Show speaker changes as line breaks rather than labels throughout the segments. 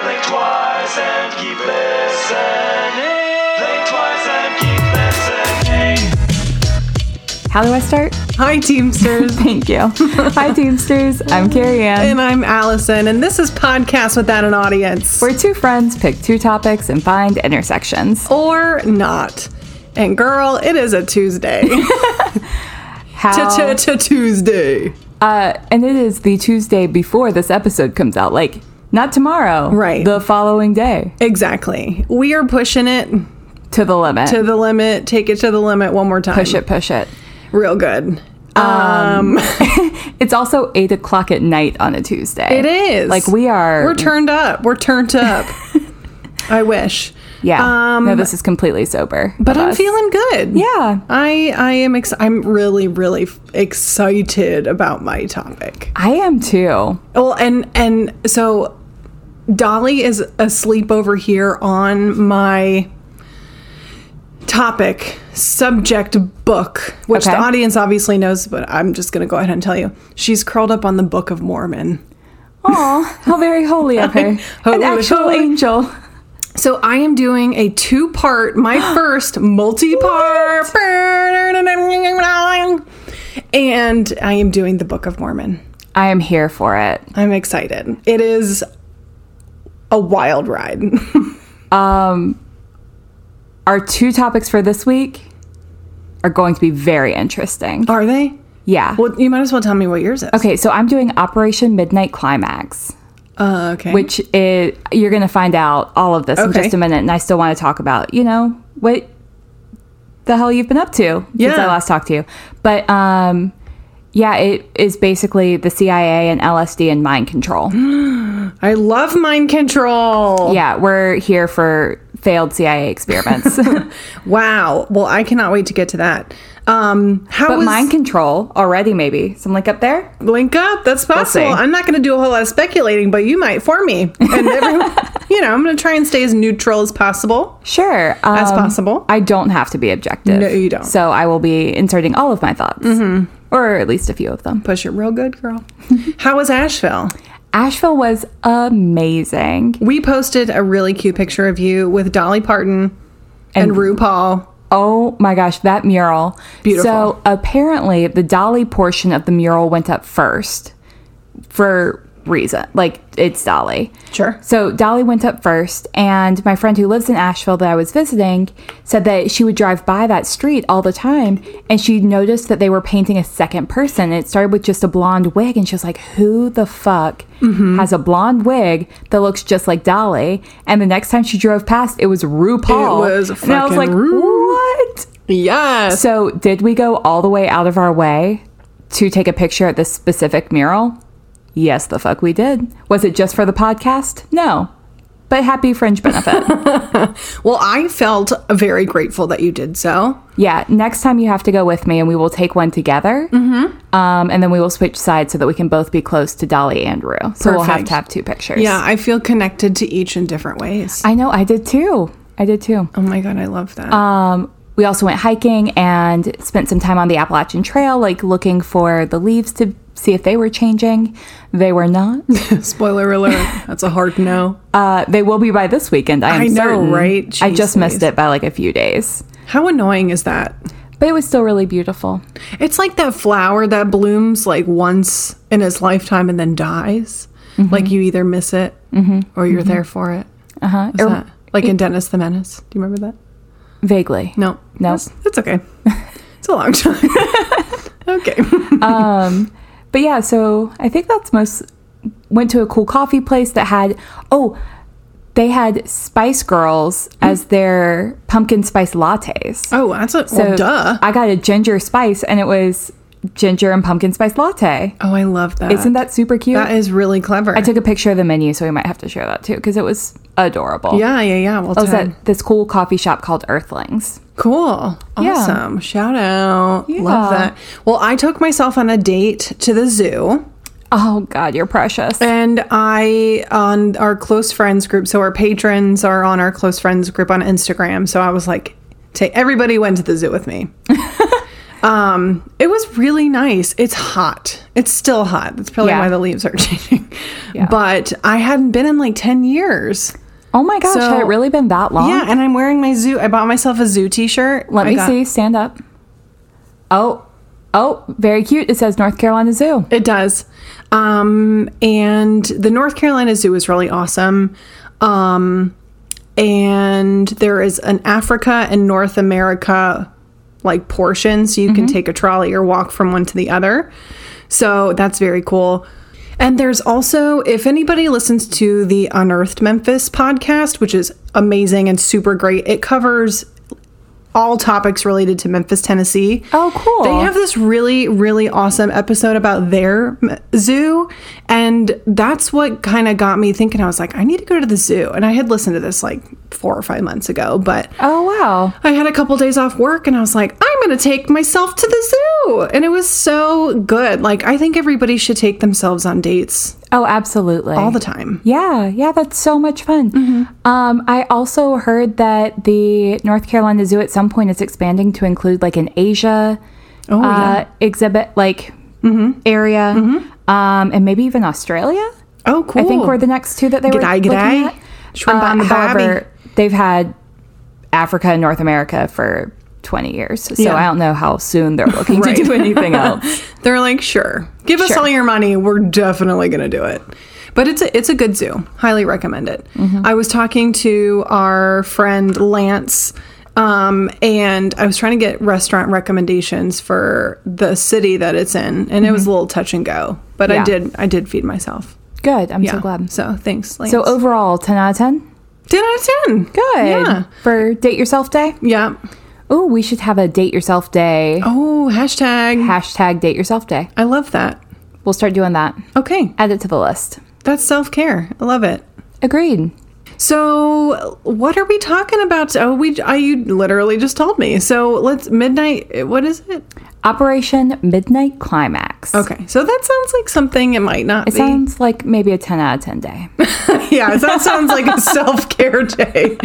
twice and keep listening. Think twice and keep listening.
How do I start?
Hi, Teamsters.
Thank you. Hi, Teamsters. I'm Carrie Ann.
and I'm Allison, and this is Podcast Without an Audience.
We're two friends, pick two topics, and find intersections.
or not. And girl, it is a Tuesday.
How,
Tuesday.
uh, and it is the Tuesday before this episode comes out. Like, not tomorrow.
Right.
The following day.
Exactly. We are pushing it
To the limit.
to the limit. Take it to the limit one more time.
push it, push it.
Real good.
It's also 8 o'clock at night on a Tuesday.
It is.
Like, we are.
We're turned up. We're turned up. I wish.
yeah.
um,
no, this is completely sober.
But
of
I'm
us.
feeling good.
Yeah.
I I am ex- I'm really really f- excited about my topic.
I am too.
Well, and and so Dolly is asleep over here on my topic subject book, which
Okay.
the audience obviously knows, but I'm just going to go ahead and tell you. She's curled up on the Book of Mormon.
Aw, how very holy of her. An
Holy,
actual
holy.
angel.
So I am doing a two-part, my first multi-part, and I am doing the Book of Mormon.
I am here for it.
I'm excited. It is a wild ride.
Um, our two topics for this week are going to be very interesting.
Are they?
Yeah.
Well, you might as well tell me what yours is.
Okay, so I'm doing Operation Midnight Climax,
Uh, okay.
which is you're going to find out all of this in
Okay.
just a minute, and I still want to talk about you know what the hell you've been up to since I
Yeah.
last talked to you. But um, yeah, it is basically the CIA and LSD and mind control.
Oh. I love mind control.
yeah, we're here for failed CIA experiments.
Wow. Well, I cannot wait to get to that. Um, how
but
was
mind control already, maybe some link up there.
link up? That's
see.
possible. I'm not going to do a whole lot of speculating, but you might for me. And everyone, you know, I'm going to try and stay as neutral as possible.
Sure. Um,
As possible.
I don't have to be objective.
No, you don't. Mm-hmm.
So I will be inserting all of my thoughts, or at least a few of them.
Push it real good, girl. how was Asheville?
Asheville was amazing.
We posted a really cute picture of you with Dolly Parton and, RuPaul.
Oh my gosh, that mural.
Beautiful.
So apparently, the Dolly portion of the mural went up first for reason. Like, it's Dolly.
Sure.
So Dolly went up first, and my friend who lives in Asheville that I was visiting said that she would drive by that street all the time, and she noticed that they were painting a second person. And it started with just a blonde wig, and she was like, "Who the fuck
Mm-hmm.
has a blonde wig that looks just like Dolly?" And the next time she drove past, it was RuPaul.
It was
Oh. and I was
fucking
like,
Ru.
"What?"
Yes.
So did we go all the way out of our way to take a picture at this specific mural? Yes, the fuck we did. Was it just for the podcast? No. But happy fringe benefit.
Well, I felt very grateful that you did so.
yeah, next time you have to go with me and we will take one together. Mm-hmm. Um, and then we will switch sides so that we can both be close to Dolly and Rue. So we'll have
Perfect.
to have two pictures.
Yeah, I feel connected to each in different ways.
I know, I did too. I did too.
Oh my god, I love that.
Um, we also went hiking and spent some time on the Appalachian Trail, like looking for the leaves to see if they were changing. They were not.
Spoiler alert. That's a hard no.
Uh, they will be by this weekend. I am
I know,
certain.
right?
I
Jeez
just missed
Louise.
it by like a few days,
How annoying is that?
but it was still really beautiful.
It's like that flower that blooms like once in its lifetime and then dies.
Mm-hmm.
Like you either miss it or you're there for it.
Uh huh.
Is that- like in Dennis the Menace. Do you remember that?
Vaguely.
No.
No.
That's, that's okay. it's a long time. okay.
But yeah, so I think that's most. Went to a cool coffee place that had oh, they had Spice Girls
Mm.
as their pumpkin spice lattes.
Oh, that's a
So
well, duh.
I got a ginger spice, and it was ginger and pumpkin spice latte.
Oh, I love that.
Isn't that super cute?
that is really clever.
I took a picture of the menu, so we might have to share that too because it was adorable.
yeah, yeah, yeah. Well,
I was
done.
at this cool coffee shop called Earthlings.
Cool.
Yeah.
Awesome. Shout out.
Yeah.
Love that. Well, I took myself on a date to the zoo
Oh God, you're precious.
and I on our close friends group. So our patrons are on our close friends group on Instagram. So I was like, take everybody went to the zoo with me. Um, it was really nice. It's hot. It's still hot. That's probably
Yeah.
why the leaves are changing.
Yeah.
But I hadn't been in like 10 years.
Oh my gosh, had it
So-
really been that long?
Yeah, and I'm wearing my zoo. I bought myself a zoo t-shirt.
Let
I
me
got-
see. Stand up. Oh, oh, very cute. It says North Carolina Zoo.
It does. Um, and the North Carolina Zoo is really awesome. Um, and there is an Africa and North America like portion, so you can take a trolley or walk from one to the other. So that's very cool. And there's also, if anybody listens to the Unearthed Memphis podcast, which is amazing and super great, it covers all topics related to Memphis, Tennessee.
Oh, cool.
They have this really, really awesome episode about their m- zoo. And that's what kind of got me thinking. I was like, I need to go to the zoo. And I had listened to this like four or five months ago, but
Oh wow.
I had a couple days off work and I was like, I'm going to take myself to the zoo. And it was so good. Like, I think everybody should take themselves on dates
Oh, absolutely.
all the time.
Yeah, yeah, that's so much fun.
Mm-hmm.
Um, I also heard that the North Carolina Zoo at some point is expanding to include like an Asia
Oh, Mm-hmm.
uh, exhibit, like area, um, and maybe even Australia.
Oh, Mm-hmm.
I
cool.
think were the next two that they were
G'day,
looking
g'day.
at.
Shrimp on
Um,
the barbie.
however, they've had Africa and North America for 20 years, so
Yeah.
I don't know how soon they're looking
Right.
to do anything else.
They're like, sure, give us
Sure.
all your money. We're definitely going to do it. But it's a, it's a good zoo. Highly recommend it.
Mm-hmm.
I was talking to our friend Lance, um, and I was trying to get restaurant recommendations for the city that it's in, and it was a little touch and go. But
Mm-hmm. Yeah.
I did I did feed myself.
Good, I'm
Yeah.
so glad.
So thanks, Lance.
So overall, 10 out of 10.
ten out of ten.
Good
Yeah.
for Date Yourself Day.
Yeah.
Oh, we should have a date yourself day.
Oh, hashtag.
Hashtag date yourself day.
I love that.
We'll start doing that.
Okay,
Add it to the list.
that's self care. I love it.
Agreed.
So, what are we talking about? Oh, we I you literally just told me. So, let's midnight what is it?
Operation Midnight Climax.
Okay. So that sounds like something it might not
It
be.
sounds like maybe a 10 out of 10 day,
yeah, that sounds like a self-care day.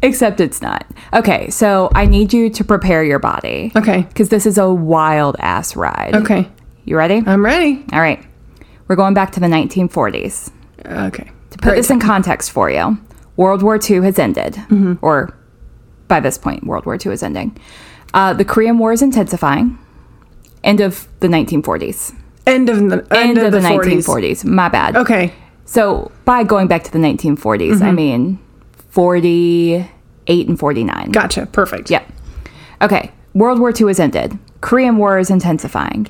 except it's not. Okay, so I need you to prepare your body.
Okay.
Because this is a wild ass ride.
Okay.
You ready?
I'm ready.
All right. We're going back to the 1940s.
Okay.
To put this in context for you, World War II has ended, or by this point, World War II is ending. Uh, the Korean War is intensifying. End of the 1940s.
End of the
End, of, the,
40s.
1940s. My bad.
Okay.
So by going back to the 1940s, I mean 48 and 49.
Gotcha. Perfect.
Yep. Okay. World War II has ended. Korean War is intensifying.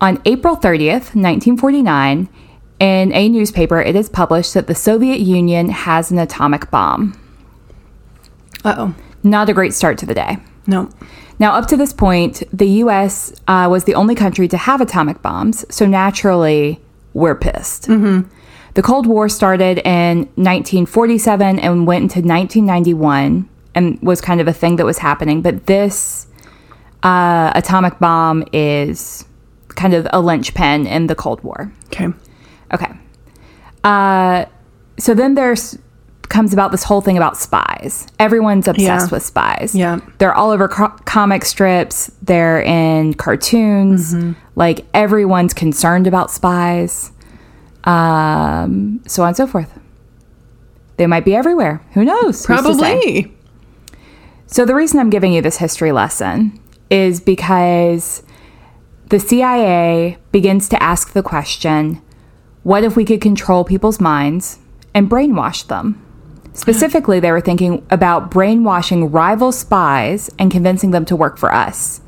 On April 30th, 1949, in a newspaper, it is published that the Soviet Union has an atomic bomb.
Uh-oh.
Not a great start to the day.
No.
Now, up to this point, the US uh, was the only country to have atomic bombs, so naturally, we're pissed. The Cold War started in 1947 and went into 1991 and was kind of a thing that was happening, but this uh, atomic bomb is kind of a linchpin in the Cold War.
Okay.
Okay. Uh, so then there's comes about this whole thing about spies. Everyone's obsessed
Yeah.
with spies.
Yeah.
They're all over co- comic strips, they're in cartoons.
Mm-hmm.
Like everyone's concerned about spies. Um, so on and so forth. They might be everywhere. Who knows? Who's to say?
Probably.
So, the reason I'm giving you this history lesson is because the CIA begins to ask the question what if we could control people's minds and brainwash them? Specifically, they were thinking about brainwashing rival spies and convincing them to work for us.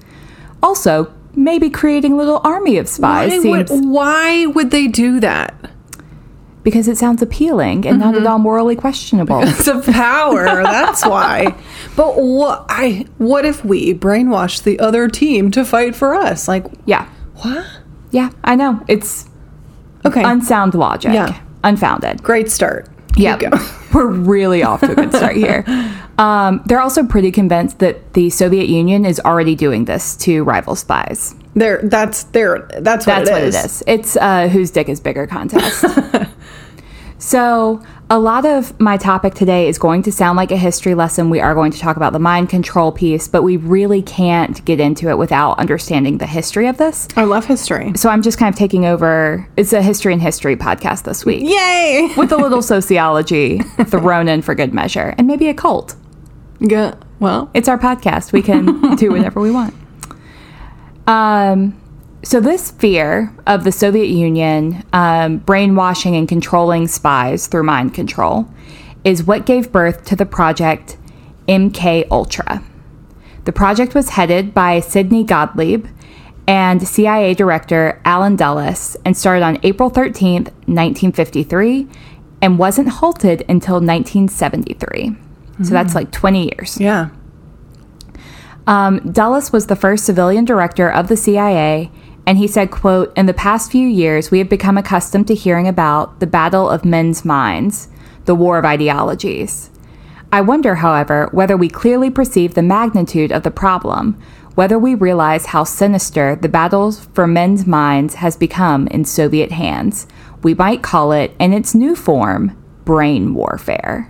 Also, maybe creating a little army of spies
Why would,
seems
why would they do that?
because it sounds appealing and not at
Mm-hmm.
all morally questionable.
It's a power. That's why. But what I what if we brainwash the other team to fight for us? Like
yeah.
what?
Yeah, I know. It's
Okay.
unsound logic.
Yeah.
Unfounded.
Great start.
Yeah,
Keep going.
we're really off to a good start here. Um, they're also pretty convinced that the Soviet Union is already doing this to rival spies.
There. That's there. That's what
That's
it
what
is.
it is. It's uh, whose dick is bigger contest. So, a lot of my topic today is going to sound like a history lesson. We are going to talk about the mind control piece, but we really can't get into it without understanding the history of this.
I love history.
So, I'm just kind of taking over. It's a history and history podcast this week
Yay!
with a little sociology thrown in for good measure and maybe a cult.
G- well,
It's our podcast. We can do whatever we want. Um, so this fear of the Soviet Union um, brainwashing and controlling spies through mind control is what gave birth to the project MK Ultra. The project was headed by Sidney Gottlieb and CIA Director Alan Dulles and started on April 13th, 1953, and wasn't halted until 1973. So that's like 20 years.
yeah.
Um, Dulles was the first civilian director of the CIA, and he said, quote, In the past few years, we have become accustomed to hearing about the battle of men's minds, the war of ideologies. I wonder, however, whether we clearly perceive the magnitude of the problem, whether we realize how sinister the battles for men's minds has become in Soviet hands. We might call it, in its new form, brain warfare.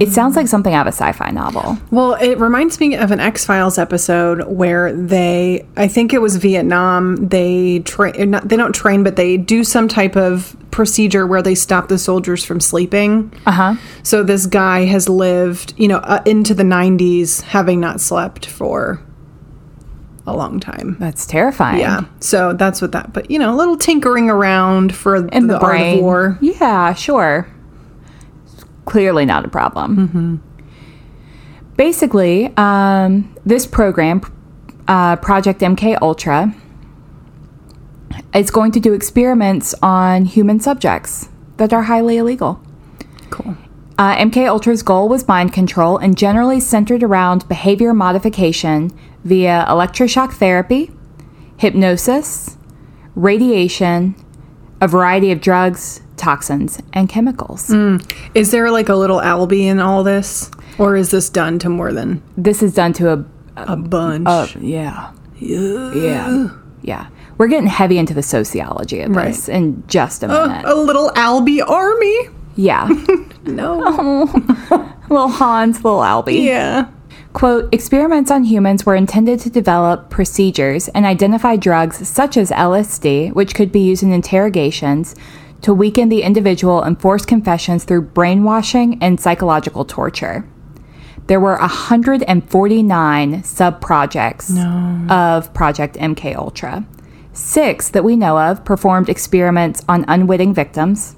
It sounds like something out of a sci fi novel.
Well, it reminds me of an X Files episode where they, I think it was Vietnam. They train, they don't train, but they do some type of procedure where they stop the soldiers from sleeping. Uh huh. So this guy has lived, you know, uh, into the '90s, having not slept for a long time.
That's terrifying.
Yeah. So that's what that. But you know, a little tinkering around for
in the,
the, art
brain.
of war.
Yeah, sure. Clearly not a problem.
Mm-hmm.
Basically, um, this program, uh, Project MK Ultra, is going to do experiments on human subjects that are highly illegal.
Cool.
Uh, MK Ultra's goal was mind control and generally centered around behavior modification via electroshock therapy, hypnosis, radiation, a variety of drugs, toxins, and chemicals.
Is there like a little Albie in all this, or is this done to more than
This is done to a
a bunch?
Uh, yeah. Yeah. Yeah. We're getting heavy into the sociology of this in just a minute.
a little Albie army.
Yeah.
No.
little Hans, little Albie.
Yeah.
Quote, experiments on humans were intended to develop procedures and identify drugs such as LSD, which could be used in interrogations, to weaken the individual and force confessions through brainwashing and psychological torture. There were 149 sub-projects of Project MK Ultra. Six that we know of performed experiments on unwitting victims.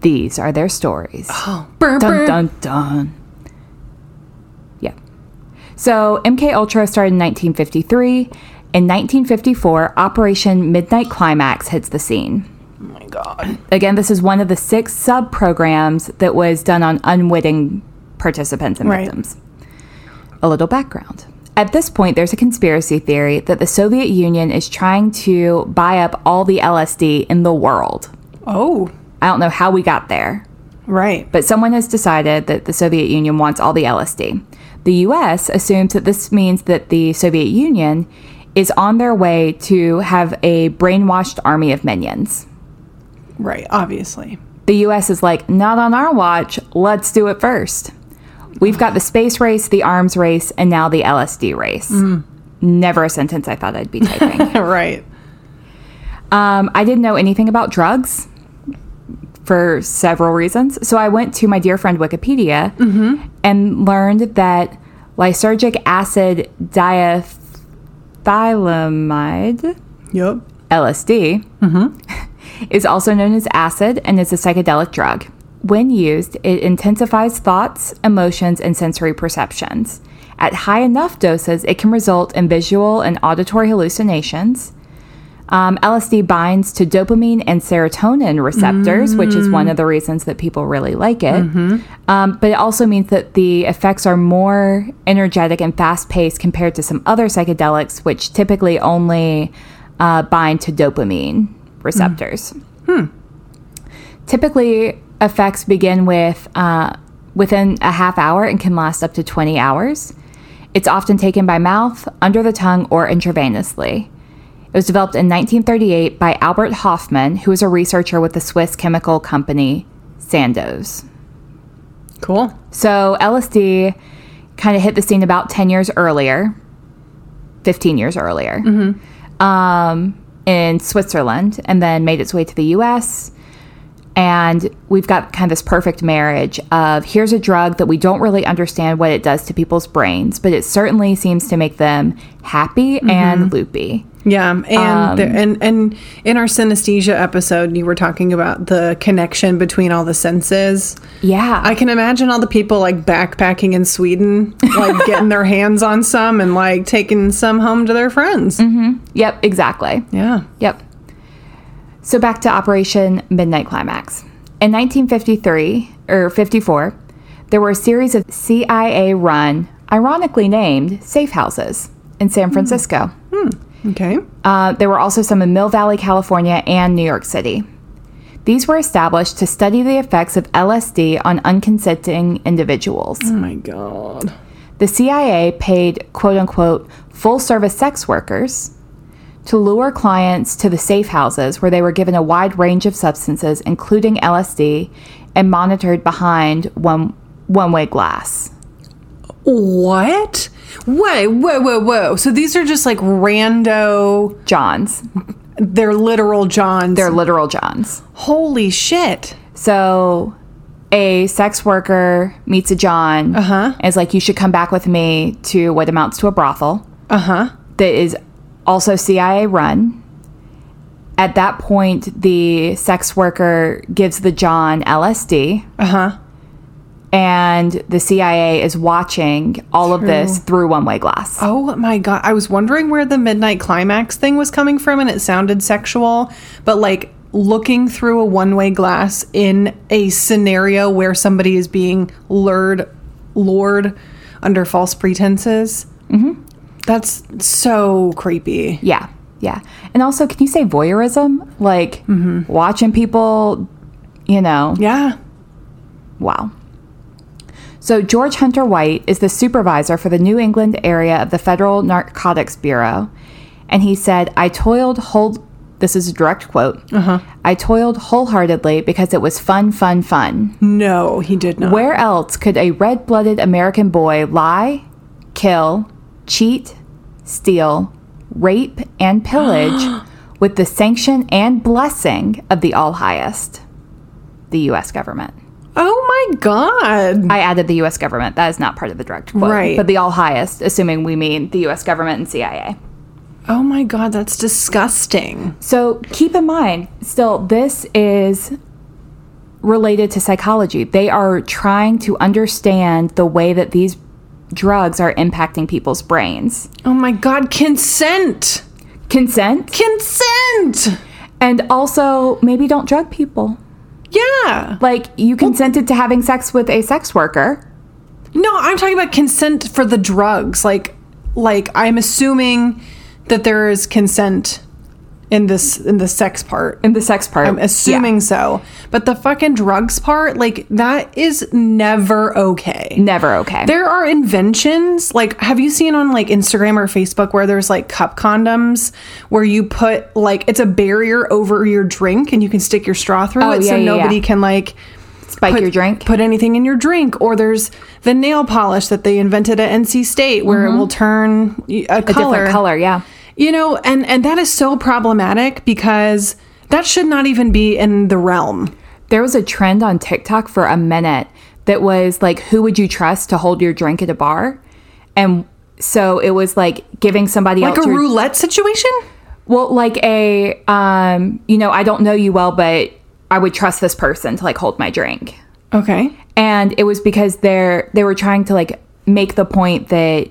These are their stories. Dun dun dun. Yeah. So MK Ultra started in 1953. In 1954, Operation Midnight Climax hits the scene.
Oh my god.
Again, this is one of the six sub programs that was done on unwitting participants and
Right.
victims. A little background. At this point, there's a conspiracy theory that the Soviet Union is trying to buy up all the LSD in the world.
Oh,
I don't know how we got there,
right.
but someone has decided that the Soviet Union wants all the LSD. The US assumes that this means that the Soviet Union is on their way to have a brainwashed army of minions.
Right. Obviously.
The US is like, not on our watch, let's do it first. We've got the space race, the arms race, and now the LSD race. Never a sentence I thought I'd be typing.
right.
Um, I didn't know anything about drugs for several reasons. So I went to my dear friend Wikipedia and learned that lysergic acid diethylamide,
Yep.
LSD, is also known as acid and is a psychedelic drug. When used, it intensifies thoughts, emotions, and sensory perceptions. At high enough doses, it can result in visual and auditory hallucinations. Um, LSD binds to dopamine and serotonin receptors, which is one of the reasons that people really like it. Um, but it also means that the effects are more energetic and fast paced compared to some other psychedelics, which typically only uh, bind to dopamine receptors. Typically, effects begin with uh, within a half hour and can last up to 20 hours. It's often taken by mouth, under the tongue, or intravenously. It was developed in 1938 by Albert Hoffman, who was a researcher with the Swiss chemical company Sandoz.
Cool.
So LSD kind of hit the scene about 10 years earlier, 15 years earlier, um, in Switzerland, and then made its way to the US. And we've got kind of this perfect marriage of here's a drug that we don't really understand what it does to people's brains, but it certainly seems to make them happy and loopy.
Yeah, and the, and and in our synesthesia episode, you were talking about the connection between all the senses.
Yeah.
I can imagine all the people like backpacking in Sweden, like getting their hands on some and like taking some home to their friends.
yep, exactly.
Yeah.
Yep. So back to Operation Midnight Climax. In 1953 or 54, there were a series of CIA run, ironically named, safe houses in San Francisco.
Okay.
Uh, there were also some in Mill Valley, California, and New York City. These were established to study the effects of LSD on unconsenting individuals.
Oh my god.
The CIA paid quote unquote full service sex workers to lure clients to the safe houses where they were given a wide range of substances, including LSD, and monitored behind one one way glass.
What? Wait, whoa, whoa, whoa. So these are just like rando,
Johns.
they're literal Johns.
They're literal Johns.
holy shit.
So a sex worker meets a John uh-huh. and is like, You should come back with me to what amounts to a brothel. Uh huh. That is also CIA run. At that point, the sex worker gives the John LSD. Uh huh. And the CIA is watching all of this through one way glass.
Oh my god. I was wondering where the midnight climax thing was coming from and it sounded sexual, but like looking through a one-way glass in a scenario where somebody is being lured lured under false pretenses. Mm-hmm. That's so creepy.
Yeah. Yeah. And also, can you say voyeurism? Like watching people, you know,
Yeah.
Wow. So, George Hunter White is the supervisor for the New England area of the Federal Narcotics Bureau. And he said, I toiled whole. This is a direct quote. I toiled wholeheartedly because it was fun, fun, fun.
No, he did not.
Where else could a red blooded American boy lie, kill, cheat, steal, rape, and pillage with the sanction and blessing of the All Highest? The U.S. government.
Oh my god.
I added the U.S. government. That is not part of the direct quote.
Right.
But the all highest, assuming we mean the U.S. government and CIA.
Oh my god, that's disgusting.
So keep in mind, still, this is related to psychology. They are trying to understand the way that these drugs are impacting people's brains.
Oh my god, consent.
Consent,
Consent.
and also maybe don't drug people.
Yeah.
Like, you consented to having sex with a sex worker.
No, I'm talking about consent for the drugs. Like like I'm assuming that there is consent in this in the sex part.
In the sex part.
I'm assuming so. But the fucking drugs part, like that is never okay.
Never okay.
There are inventions like have you seen on like Instagram or Facebook where there's like cup condoms where you put like it's a barrier over your drink and you can stick your straw through
Oh,
it
yeah,
so
yeah,
nobody
yeah.
can like
Spike your drink.
put anything in your drink or there's the nail polish that they invented at NC State where it will turn y- a,
Mm-hmm. a
color.
different color, yeah.
You know, and and that is so problematic because that should not even be in the realm.
there was a trend on TikTok for a minute that was like, who would you trust to hold your drink at a bar? And so it was like giving somebody
Like
else
a
your-
roulette situation?
well, like a, um, you know, I don't know you well, but I would trust this person to like hold my drink.
Okay.
And it was because they're they were trying to like make the point that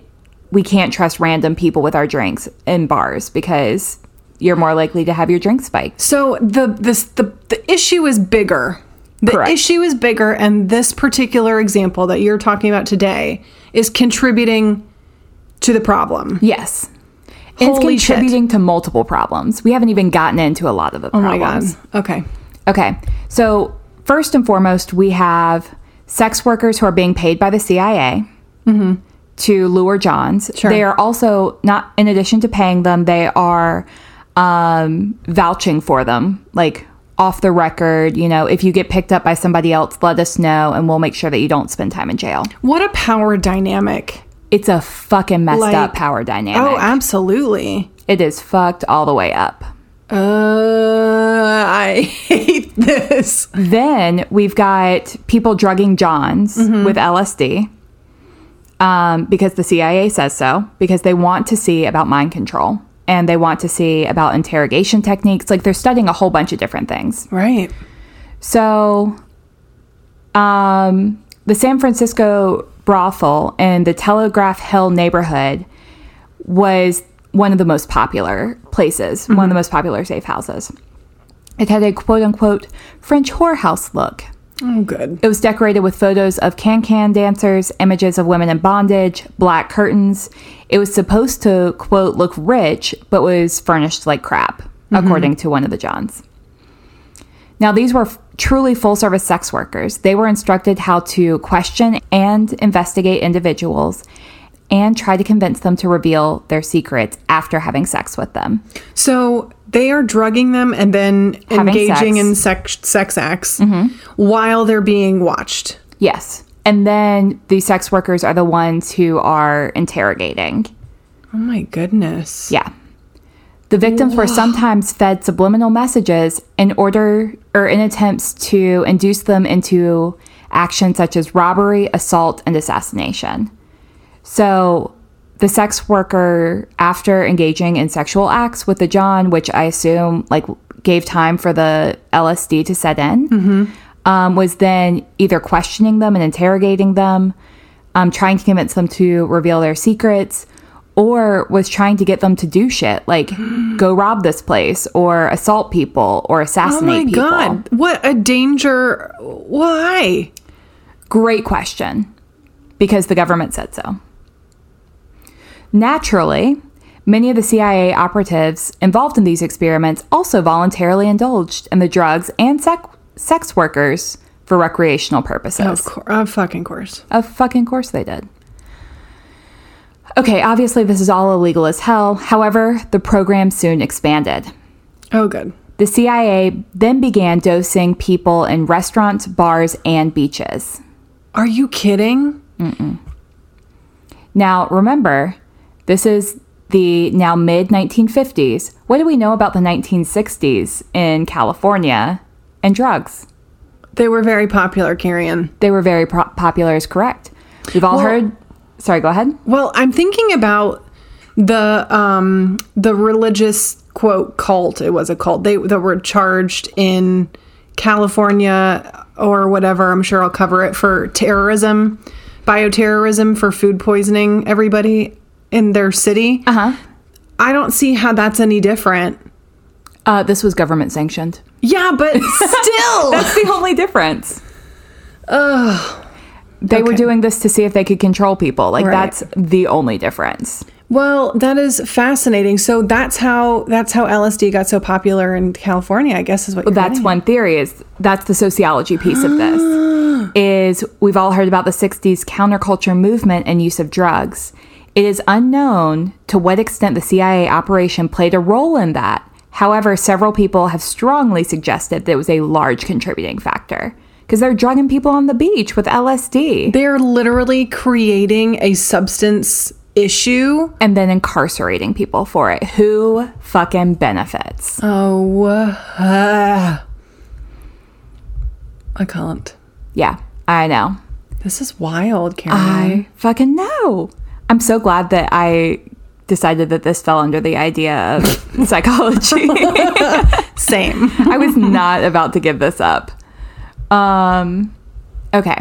we can't trust random people with our drinks in bars because you're more likely to have your drink spiked.
So the this the the issue is bigger. The
Correct.
issue is bigger and this particular example that you're talking about today is contributing to the problem.
Yes. And
Holy
it's
shit.
contributing to multiple problems. We haven't even gotten into a lot of the
Oh my
problems.
god. Okay.
Okay. So, first and foremost, we have sex workers who are being paid by the CIA
Mm-hmm.
to lure Johns. They are also not, in addition to paying them, they are um, vouching for them, like off the record, you know, if you get picked up by somebody else, let us know and we'll make sure that you don't spend time in jail.
What a power dynamic.
It's a fucking messed up
Like-
power
Oh,
dynamic.
absolutely.
it is fucked all the way up.
Uh, I hate this.
Then we've got people drugging Johns with LSD um, because the CIA says so, because they want to see about mind control and they want to see about interrogation techniques. Like they're studying a whole bunch of different things.
Right.
So, um, the San Francisco brothel in the Telegraph Hill neighborhood was one of the most popular places, one
Mm-hmm.
of the most popular safe houses. It had a quote unquote French whorehouse look.
Oh, good.
It was decorated with photos of can can dancers, images of women in bondage, black curtains. It was supposed to, quote, look rich, but was furnished like crap,
Mm-hmm.
according to one of the Johns. Now, these were f- truly full service sex workers. They were instructed how to question and investigate individuals and try to convince them to reveal their secrets after having sex with them.
So they are drugging them and then
Having
engaging
sex. Mm-hmm.
in sex, sex acts while they're being watched.
Yes. And then the sex workers are the ones who are interrogating.
Oh, my goodness.
Yeah. The victims were sometimes fed subliminal messages in order or in attempts to induce them into actions such as robbery, assault, and assassination. So the sex worker, after engaging in sexual acts with the John, which I assume like gave time for the LSD to set in,
Mm-hmm.
um, was then either questioning them and interrogating them, um, trying to convince them to reveal their secrets, or was trying to get them to do shit like go rob this place or assault people or
Oh, my
assassinate people.
God. What a danger. Why?
Great question. Because the government said so. Naturally, many of the CIA operatives involved in these experiments also voluntarily indulged in the drugs and sec- sex workers for recreational purposes.
Of course. Of uh, fucking course.
Of fucking course they did. Okay, obviously, this is all illegal as hell. However, the program soon expanded.
Oh, good.
The CIA then began dosing people in restaurants, bars, and beaches.
Are you kidding?
Now, remember, this is the now mid 1950s. What do we know about the 1960s in California and drugs?
They were very popular, Carrion.
They were very pro- popular, is correct. We've all
Well-
heard. Sorry, go ahead.
Well, I'm thinking about the um the religious quote cult. It was a cult. They that were charged in California or whatever. I'm sure I'll cover it for terrorism, bioterrorism for food poisoning everybody in their city.
Uh-huh.
I don't see how that's any different.
Uh, this was government sanctioned.
Yeah, but still.
That's the only difference. They were doing this to see if they could control people. Like,
Right.
that's the only difference.
well, that is fascinating. So that's how that's how LSD got so popular in California, I guess is what you're
that's
getting
one theory is that's the sociology piece of this is we've all heard about the 60s counterculture movement and use of drugs it is unknown to what extent the cia operation played a role in that however several people have strongly suggested that it was a large contributing factor because they're drugging people on the beach with lsd
They're literally creating a substance issue.
and then incarcerating people for it who fucking benefits
Oh, uh, I can't.
yeah i know
This is wild, Karen.
I fucking know. I'm so glad that I decided that this fell under the idea of psychology.
Same.
I was not about to give this up. Um, okay.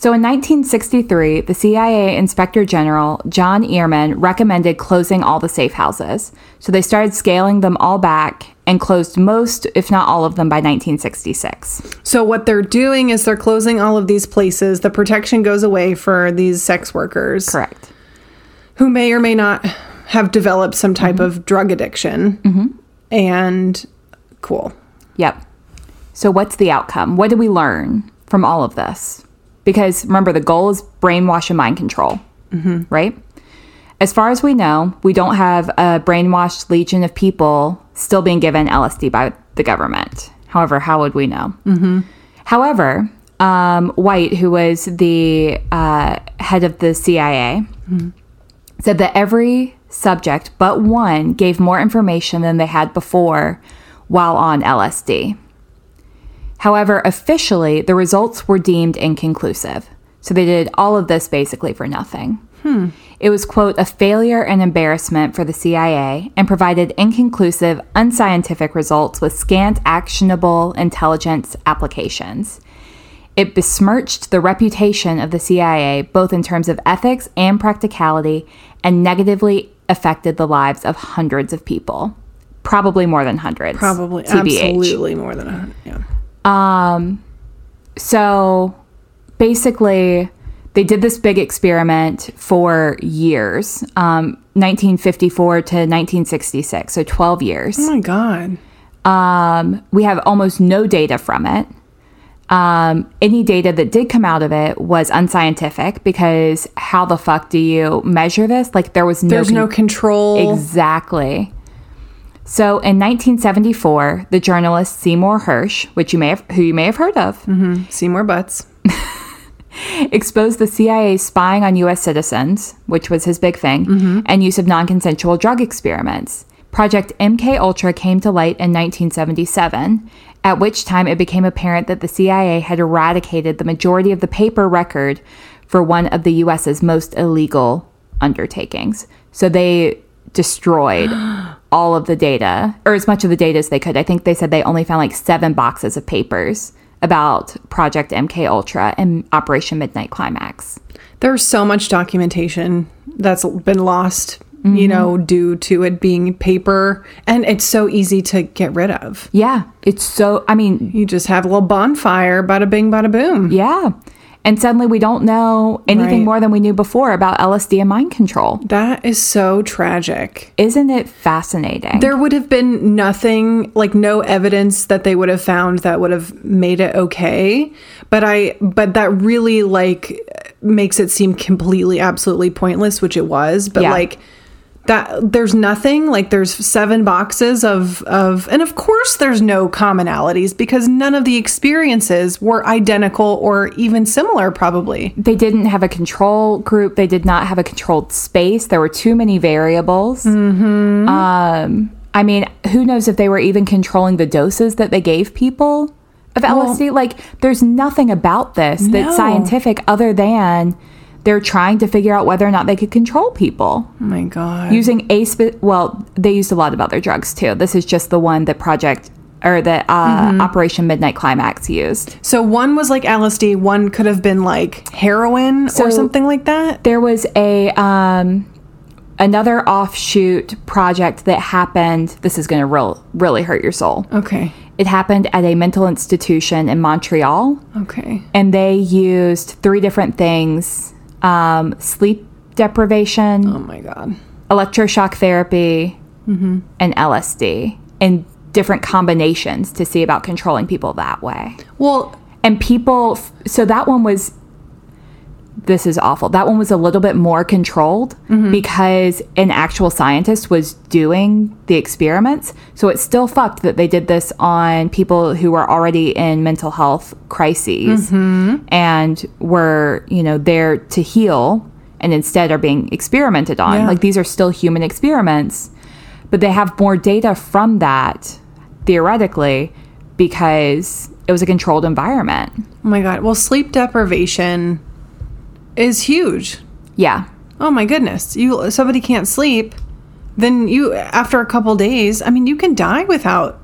So in 1963, the CIA Inspector General John Ehrman recommended closing all the safe houses. So they started scaling them all back and closed most, if not all of them, by 1966.
So what they're doing is they're closing all of these places. The protection goes away for these sex workers
Correct.
who may or may not have developed some type
Mm-hmm.
of drug addiction. And cool.
Yep. So, what's the outcome? What do we learn from all of this? Because remember, the goal is brainwash and mind control, right? As far as we know, we don't have a brainwashed legion of people still being given LSD by the government. However, how would we know? Mm-hmm. However, um, White, who was the uh, head of the CIA, said that every subject but one gave more information than they had before while on LSD. However, officially, the results were deemed inconclusive. So they did all of this basically for nothing.
Hmm.
It was, quote, a failure and embarrassment for the CIA and provided inconclusive, unscientific results with scant actionable intelligence applications. It besmirched the reputation of the CIA both in terms of ethics and practicality and negatively affected the lives of hundreds of people. Probably more than hundreds.
Probably,
TBH.
absolutely more than a hundred. Yeah.
So basically, they did this big experiment for years um, 1954 to 1966, so 12 years. Um,
Oh my god.
We have almost no data from it. Um, any data that did come out of it was unscientific because how the fuck do you measure this? Like, there was no.
There's no control.
Exactly. So in 1974, the journalist Seymour Hirsch, which you may have, who you may have heard of,
Seymour Butts.
exposed the CIA's spying on U.S. citizens, which was his big thing, and use of non-consensual drug experiments. Project MK Ultra came to light in 1977, at which time it became apparent that the CIA had eradicated the majority of the paper record for one of the U.S.'s most illegal undertakings. So they destroyed all of the data, or as much of the data as they could. I think they said they only found like seven boxes of papers about Project MK Ultra and Operation Midnight Climax.
There's so much documentation that's been lost, you know, due to it being paper, and it's so easy to get rid of.
Yeah, it's so. I mean,
You just have a little bonfire, bada bing, bada boom.
yeah. And suddenly we don't know anything
Right.
more than we knew before about LSD and mind control.
That is so tragic.
Isn't it fascinating?
There would have been nothing, like no evidence that they would have found that would have made it okay. But I, but that really like makes it seem completely, absolutely pointless, which it was. But
Yeah.
like that, there's nothing. Like there's seven boxes of of, and of course there's no commonalities because none of the experiences were identical or even similar. Probably
they didn't have a control group. They did not have a controlled space. There were too many variables. Mm-hmm. Um, I mean, who knows if they were even controlling the doses that they gave people of LSD? like, there's nothing about this
No.
that's scientific other than they're trying to figure out whether or not they could control people
oh my god.
using a spe- well they used a lot of other drugs too this is just the one that project or that uh, operation midnight climax used
So one was like LSD, one could have been like heroin or
So-
something like that.
there was a um, another offshoot project that happened this is going to real, really hurt your soul
Okay.
it happened at a mental institution in montreal
Okay.
and they used three different things um, sleep deprivation
Oh Mm-hmm. my god.
electroshock therapy and LSD in different combinations to see about controlling people that way.
Well, oh
And people, f- so that one was, this is awful. That one was a little bit more controlled because an actual scientist was doing the experiments. So it's still fucked that they did this on people who were already in mental health crises and were, you know, there to heal and instead are being experimented on.
Yeah.
Like these are still human experiments, but they have more data from that theoretically because it was a controlled environment.
oh my god. Well, sleep deprivation is huge.
Yeah.
Oh my goodness. You somebody can't sleep, then you after a couple days, I mean, you can die without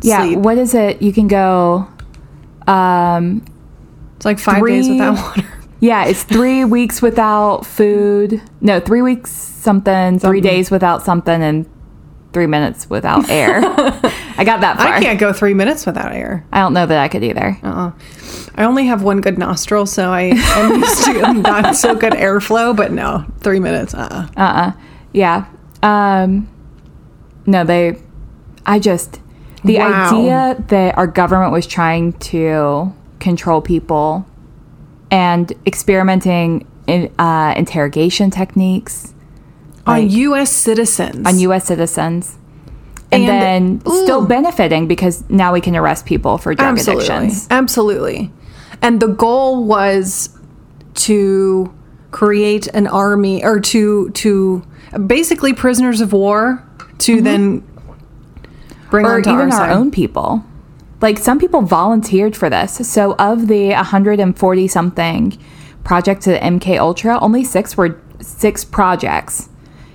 Yeah.
sleep.
What is it? You can go, um,
It's like 5 days
Three-
without water.
yeah, it's three weeks without food. No, three weeks something, three days without something, and three minutes without air. I got that far.
I can't go 3 minutes without air.
I don't know that I could either.
I only have one good nostril, so I am used to not so good airflow, but no, 3 minutes. Uh-uh.
Yeah. Um, no, they. I just the
Wow.
idea that our government was trying to control people and experimenting in uh, interrogation techniques
on US citizens.
on U.S. citizens. and, then
And-
still
ooh.
benefiting because now we can arrest people for drug
absolutely,
addictions.
absolutely. And the goal was to create an army or to to basically prisoners of war to then bring
Mm-hmm. or
onto
even our,
side.
own people. Like some people volunteered for this. So of the 140 something projects at MK Ultra, only six were six projects.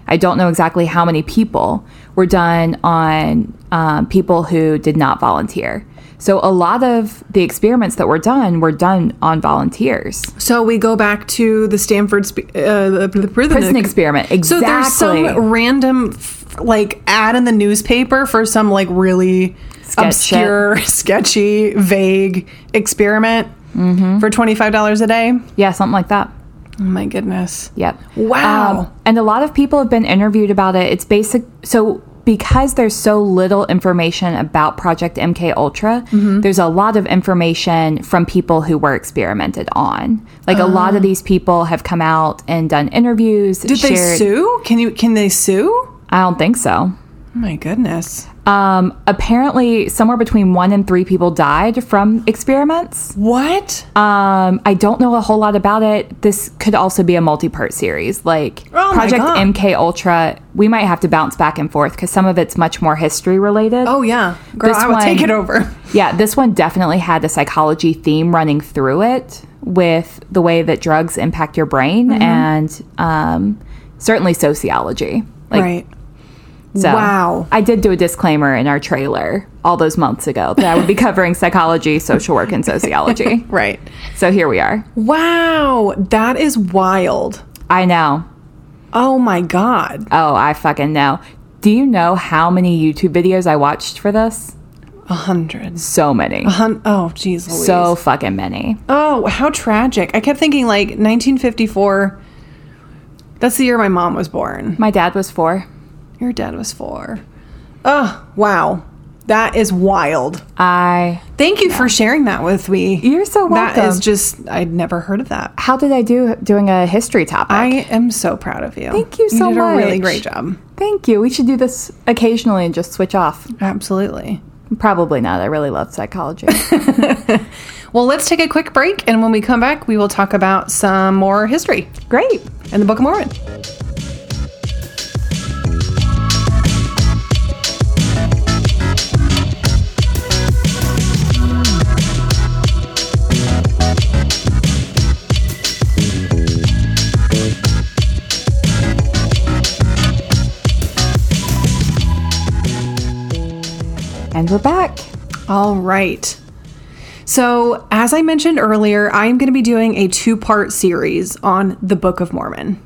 I don't know exactly how many people were done on um, people who did not volunteer. So a lot of the experiments that were done were done on volunteers.
So we go back to the Stanford spe- uh, the, the prison,
Prison experiment.
So
Exactly.
there's some random f- like ad in the newspaper for some like really
Sketch
obscure, sketchy, vague experiment
Mm-hmm.
for twenty five dollars a day.
yeah, something like that.
Oh my goodness!
Yep. Um,
Wow.
and a lot of people have been interviewed about it. It's basic. So because there's so little information about Project MK Ultra,
Mm-hmm.
there's a lot of information from people who were experimented on. Like a lot of these people have come out and done interviews.
Oh. Did they sue? Can you? Can they sue? Oh
I don't think so.
my goodness!
Um, apparently, somewhere between one and three people died from experiments.
What?
Um, I don't know a whole lot about it. This could also be a multi-part series, like
Oh my
Project
God.
MK Ultra. We might have to bounce back and forth because some of it's much more history related.
oh yeah, girl,
this
I would take
one-
it over.
yeah. This one definitely had a psychology theme running through it, with the way that drugs impact your brain
Mm-hmm.
and um, certainly sociology. Like,
right.
so
wow.
I did do a disclaimer in our trailer all those months ago that I would be covering psychology, social work, and sociology.
Right.
So here we are.
Wow. That is wild.
I know.
Oh my god.
Oh, I fucking know. Do you know how many YouTube videos I watched for this?
A hundred.
So many.
Hun- oh, jeez, Louise.
So fucking many.
oh, how tragic. I kept thinking like 1954. That's the year my mom was born.
My dad was four.
Your dad was four. Oh, wow. That is wild.
I.
Thank you for sharing that with me.
You're so welcome.
That is just, I'd never heard of that.
How did I do doing a history topic?
I am so proud of you.
Thank you so
did a really
much.
great job.
Thank you. We should do this occasionally and just switch off.
Absolutely.
Probably not. I really love psychology.
Well, let's take a quick break. And when we come back, we will talk about some more history
Great.
and the Book of Mormon.
And we're back.
All right. So, as I mentioned earlier, I am going to be doing a two part series on the Book of Mormon,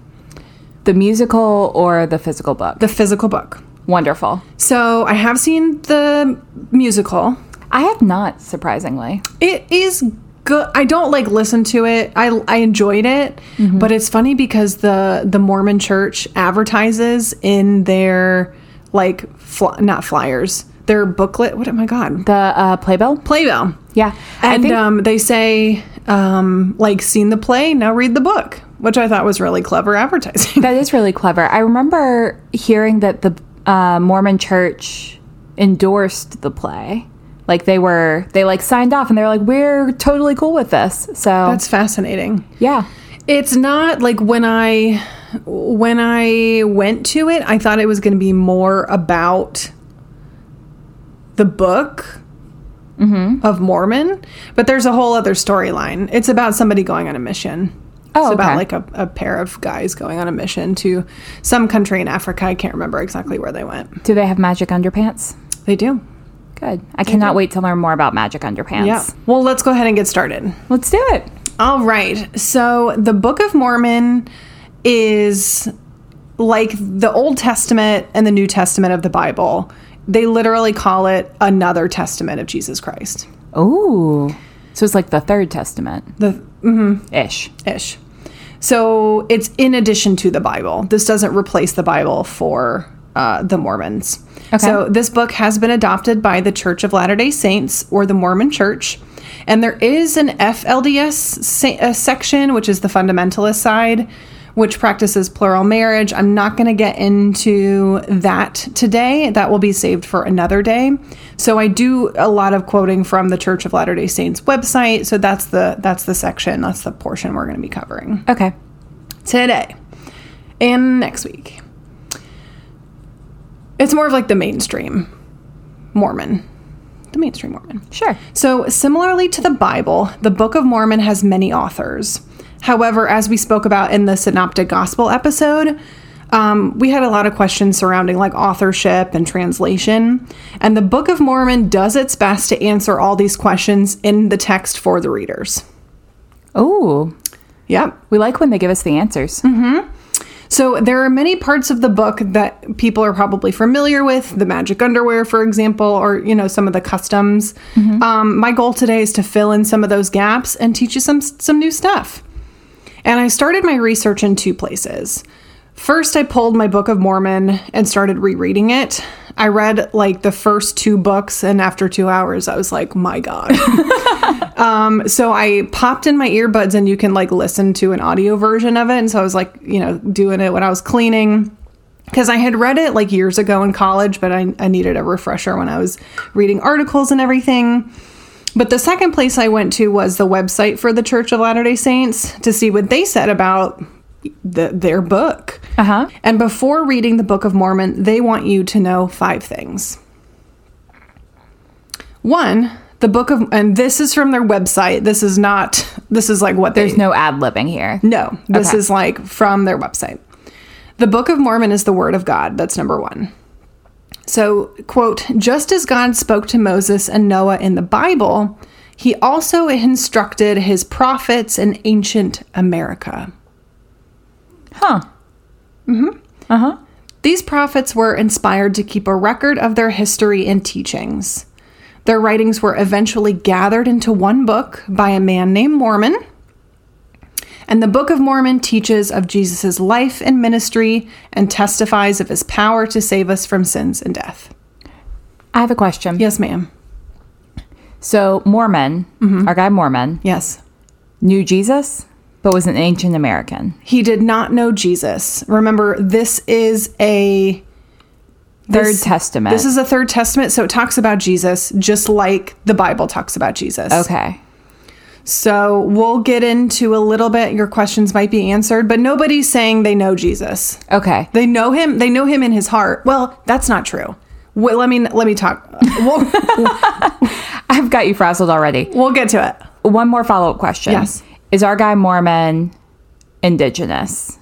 The musical or the physical book?
the physical book.
Wonderful.
So, I have seen the musical.
I have not, surprisingly.
It is good. I don't like listen to it. I, I enjoyed it,
Mm-hmm.
but it's funny because the the Mormon Church advertises in their like fly, not flyers, their booklet. What? Oh my God,
The uh, playbill?
Playbill.
Yeah. I
And
think-
um, they say, um, like, seen the play, now read the book, which I thought was really clever advertising.
That is really clever. I remember hearing that the uh, Mormon Church endorsed the play. Like they were, they like signed off, and they were like, "We're totally cool with this." So
That's fascinating.
yeah,
It's not like when I when I went to it, I thought it was going to be more about the book
Mm-hmm.
of Mormon, but there's a whole other storyline. It's about somebody going on a mission.
Oh,
it's about
okay.
like a, a pair of guys going on a mission to some country in Africa. I can't remember exactly where they went.
do they have magic underpants?
They do.
Good. I cannot wait to learn more about magic underpants.
Yeah. Well, let's go ahead and get started.
Let's do it.
All right. So, the Book of Mormon is like the Old Testament and the New Testament of the Bible. They literally call it another testament of Jesus Christ.
Ooh, so it's like the Third Testament
The
ish.
ish. So, it's in addition to the Bible. This doesn't replace the Bible for uh, the Mormons.
Okay.
So, this book has been adopted by the Church of Latter day Saints or the Mormon Church. And there is an FLDS se- uh, section, which is the fundamentalist side, which practices plural marriage. I'm not going to get into that today. That will be saved for another day. So I do a lot of quoting from the Church of Latter-day Saints website. So that's the that's the section, that's the portion we're going to be covering
Okay.
today and next week. It's more of like the mainstream Mormon. The mainstream Mormon.
Sure.
So, similarly to the Bible, the Book of Mormon has many authors. However, as we spoke about in the Synoptic Gospel episode, um, we had a lot of questions surrounding like authorship and translation. And the Book of Mormon does its best to answer all these questions in the text for the readers.
Oh,
Yep.
we like when they give us the answers.
So there are many parts of the book that people are probably familiar with, the magic underwear, for example, or you know some of the customs. Um, my goal today is to fill in some of those gaps and teach you some some new stuff. And I started my research in two places. First, I pulled my Book of Mormon and started rereading it. I read like the first two books, and after two hours, I was like, my God. so I popped in my earbuds and you can like listen to an audio version of it. And so I was like, you know, doing it when I was cleaning because I had read it like years ago in college, but I, I needed a refresher when I was reading articles and everything. But the second place I went to was the website for the Church of Latter day Saints to see what they said about the, their book.
Uh-huh.
And before reading the Book of Mormon, they want you to know five things. One, the Book of, and this is from their website. This is not, this is like what
There's
they,
no ad libbing here.
no, this
Okay.
is like from their website. The Book of Mormon is the Word of God. That's number one. So, quote, just as God spoke to Moses and Noah in the Bible, he also instructed his prophets in ancient America.
Huh.
These prophets were inspired to keep a record of their history and teachings. Their writings were eventually gathered into one book by a man named Mormon. And the Book of Mormon teaches of Jesus' life and ministry and testifies of his power to save us from sins and death.
I have a question.
Yes, ma'am.
So Mormon, our guy Mormon,
Yes.
knew Jesus, but was an ancient American.
He did not know Jesus. Remember, this is a
Third
this-
Testament.
This is a third testament, so it talks about Jesus just like the Bible talks about Jesus.
okay.
So we'll get into a little bit. Your questions might be answered, but nobody's saying they know Jesus.
Okay.
They know him. They know him in his heart. Well, that's not true. Well, let me let me talk. We'll,
I've got you frazzled already.
we'll get to it.
One more follow up question.
Yes.
Is our guy Mormon indigenous?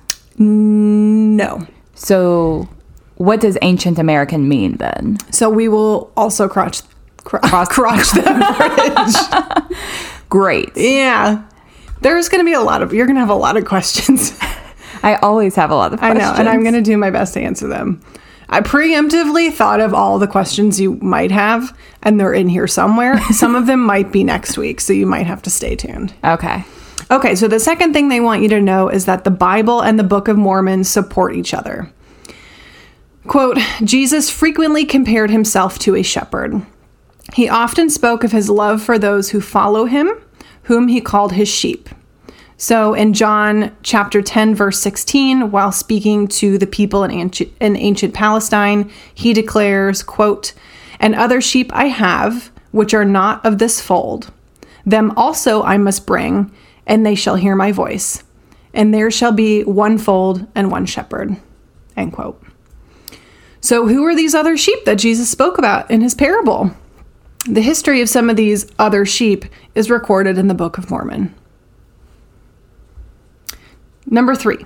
No.
So what does ancient American mean then?
So we will also crotch cro- crotch, that bridge.
Great.
yeah. There's going to be a lot of you're going to have a lot of questions.
I always have a lot of
I
questions.
know, and I'm going to do my best to answer them. I preemptively thought of all the questions you might have, and they're in here somewhere. Some of them might be next week, so you might have to stay tuned.
Okay.
Okay, so the second thing they want you to know is that the Bible and the Book of Mormon support each other. Quote Jesus frequently compared himself to a shepherd. He often spoke of his love for those who follow him, whom he called his sheep. So in John chapter 10, verse 16, while speaking to the people in ancient, in ancient Palestine, he declares, quote, And other sheep I have, which are not of this fold. Them also I must bring, and they shall hear my voice. And there shall be one fold and one shepherd. End quote. So who are these other sheep that Jesus spoke about in his parable? The history of some of these other sheep is recorded in the Book of Mormon. Number three.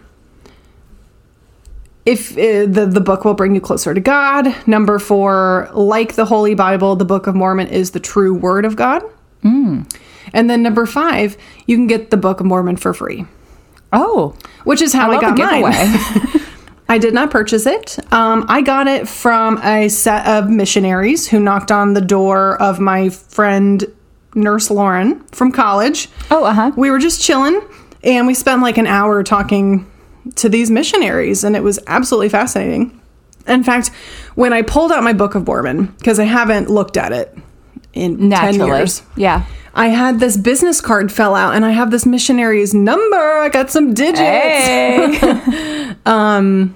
If uh, the, the book will bring you closer to God. Number four, like the Holy Bible, the Book of Mormon is the true word of God.
Hmm.
And then number five, you can get the Book of Mormon for free,
Oh,
which is how I,
love
got
the giveaway.
mine. I did not purchase it. Um, I got it from a set of missionaries who knocked on the door of my friend Nurse Lauren from college.
Oh, uh-huh.
We were just chilling, and we spent like an hour talking to these missionaries, and it was absolutely fascinating. In fact, when I pulled out my Book of Mormon, because I haven't looked at it in
naturally.
10 years.
Yeah.
I had this business card fell out and I have this missionary's number. I got some digits.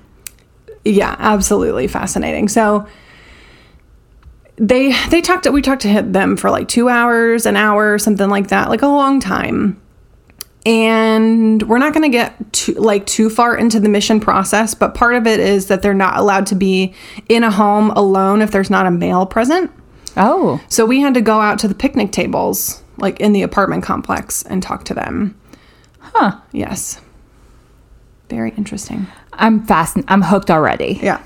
Yeah, absolutely fascinating. So they they talked to we talked to him- them for like 2 hours, an hour, something like that, like a long time. And we're not going to get too, like too far into the mission process, but part of it is that they're not allowed to be in a home alone if there's not a male present.
oh.
So we had to go out to the picnic tables, like in the apartment complex, and talk to them.
Huh.
Yes. Very interesting.
I'm fast. I'm hooked already.
Yeah.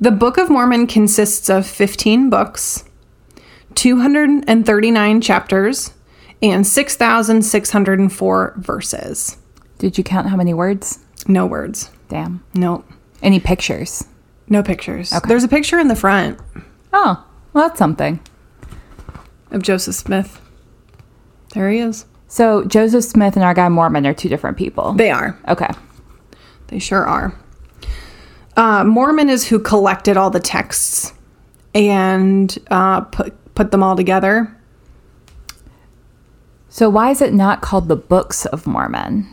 The Book of Mormon consists of 15 books, 239 chapters, and 6,604 verses.
Did you count how many words?
No words.
Damn.
No.
Any pictures?
No pictures. There's a picture in the front
Oh, well, that's something.
of Joseph Smith. There he is.
So Joseph Smith and our guy Mormon are two different people.
They are.
okay.
They sure are. Uh, Mormon is who collected all the texts and uh, put put them all together.
So why is it not called the Books of Mormon?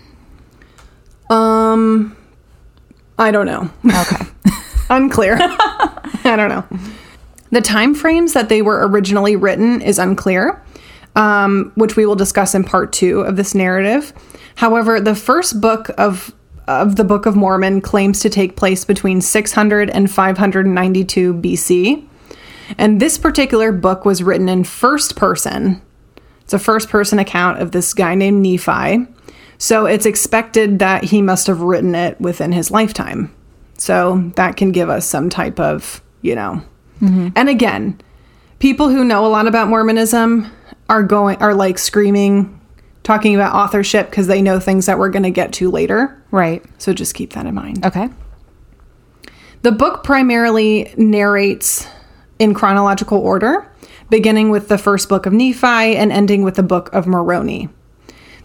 Um, I don't know.
Okay.
unclear. I don't know. The time frames that they were originally written is unclear, um, which we will discuss in part two of this narrative. However, the first book of of the Book of Mormon claims to take place between 600 and 592 BC, and this particular book was written in first person. It's a first person account of this guy named Nephi. So it's expected that he must have written it within his lifetime. So that can give us some type of, you know. And again, people who know a lot about Mormonism are going are like screaming talking about authorship because they know things that we're going to get to later.
right.
So just keep that in mind.
Okay.
The book primarily narrates in chronological order, beginning with the first book of Nephi and ending with the book of Moroni.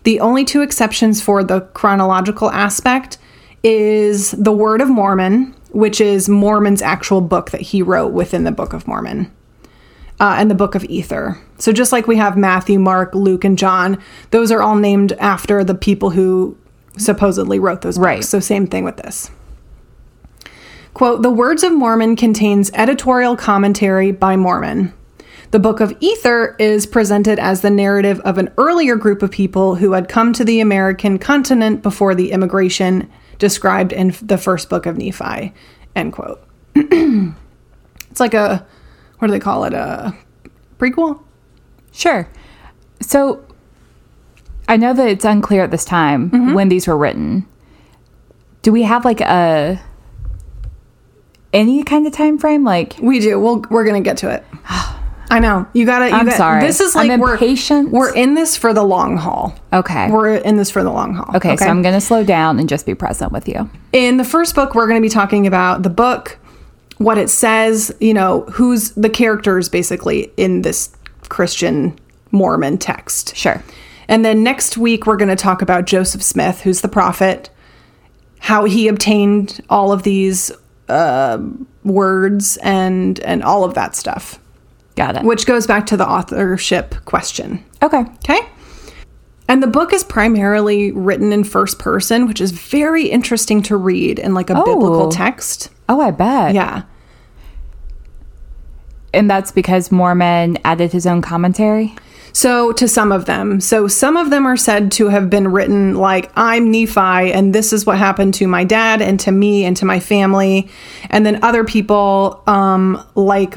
The only two exceptions for the chronological aspect is the Word of Mormon, which is Mormon's actual book that he wrote within the Book of Mormon, uh, and the Book of Ether. So, just like we have Matthew, Mark, Luke, and John, those are all named after the people who supposedly wrote those books.
Right.
So, same thing with this. Quote, The Words of Mormon contains editorial commentary by Mormon. The Book of Ether is presented as the narrative of an earlier group of people who had come to the American continent before the immigration described in the first book of Nephi. End quote. it's like a, what do they call it? A prequel?
Sure. So I know that it's unclear at this time when these were written. Do we have like a any kind of time frame? Like
We do. We'll, we're going to get to it. I know. You got to.
I'm
got
sorry.
This is
I'm
like we're,
impatient.
we're in this for the long haul.
okay.
We're in this for the long haul.
okay, so I'm gonna slow down and just be present with you.
in the first book we're going to be talking about the book what it says you know who's the characters basically in this christian mormon text
Sure.
and then next week we're going to talk about joseph smith who's the prophet how he obtained all of these uh, words and and all of that stuff
Got it.
which goes back to the authorship question
okay.
Okay. And the book is primarily written in first person, which is very interesting to read in like a biblical
Oh.
text.
Oh, I bet.
Yeah.
And that's because Mormon added his own commentary.
So to some of them. So some of them are said to have been written like I'm Nephi and this is what happened to my dad and to me and to my family. And then other people um like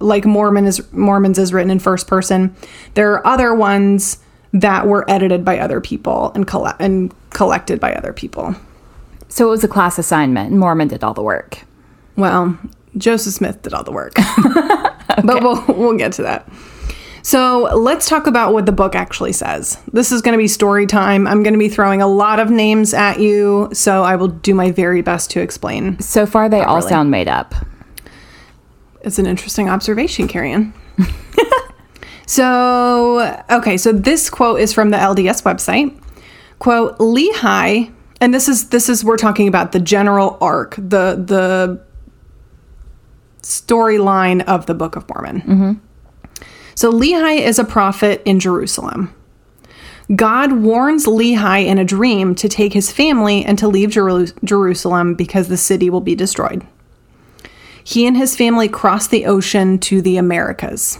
like Mormon is Mormons is written in first person. There are other ones that were edited by other people and colle- and collected by other people.
So it was a class assignment. and Mormon did all the work.
Well, Joseph Smith did all the work, but we'll we'll get to that. So let's talk about what the book actually says. This is going to be story time. I'm going to be throwing a lot of names at you, so I will do my very best to explain.
So far, they all
Oh, really.
sound made up.
It's an interesting observation, Carrion. so, okay, so this quote is from the LDS website. Quote, Lehi, and this is this is we're talking about the general arc, the the storyline of the Book of Mormon. So Lehi is a prophet in Jerusalem. God warns Lehi in a dream to take his family and to leave Jeru- Jerusalem because the city will be destroyed. He and his family cross the ocean to the Americas.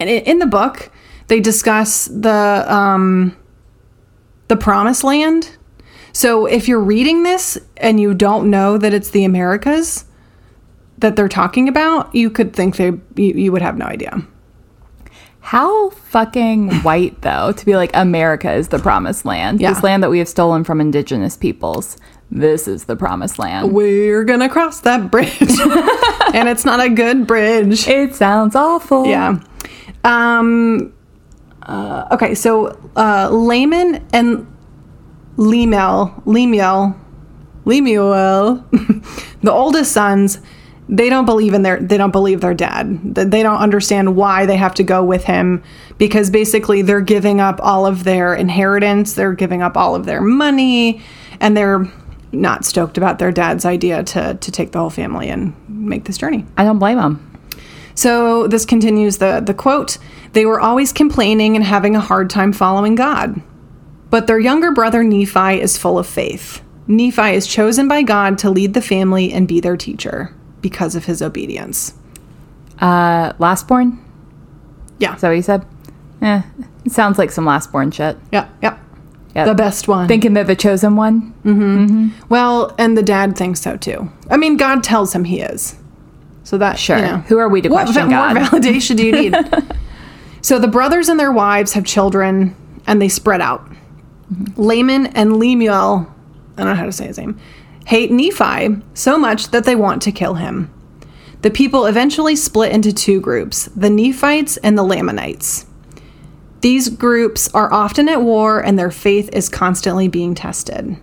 And i- in the book, they discuss the um, the Promised Land. So if you're reading this and you don't know that it's the Americas that they're talking about, you could think they you, you would have no idea.
How fucking white, though, to be like, America is the promised land.
Yeah.
This land that we have stolen from indigenous peoples. This is the promised land.
We're gonna cross that bridge, and it's not a good bridge.
It sounds awful.
Yeah. Um, uh, okay, so uh, Laman and Lemuel, Lemuel, Lemuel, the oldest sons, they don't believe in their they don't believe their dad. Th- They don't understand why they have to go with him because basically they're giving up all of their inheritance, they're giving up all of their money, and they're not stoked about their dad's idea to to take the whole family and make this journey.
I don't blame them.
So this continues the, the quote They were always complaining and having a hard time following God. But their younger brother Nephi is full of faith. Nephi is chosen by God to lead the family and be their teacher because of his obedience.
Uh, lastborn?
Yeah.
Is that what you said? Eh, it sounds like some lastborn shit.
yeah. Yeah.
Yep.
The best one.
Thinking they're the chosen one?
well, and the dad thinks so too. I mean, God tells him he is. So that
Sure.
you know.
Who are we to
What
question
va-
God?
More validation do you need? so the brothers and their wives have children, and they spread out. Laman and Lemuel, I don't know how to say his name, hate Nephi so much that they want to kill him. The people eventually split into two groups the Nephites and the Lamanites. These groups are often at war, and their faith is constantly being tested.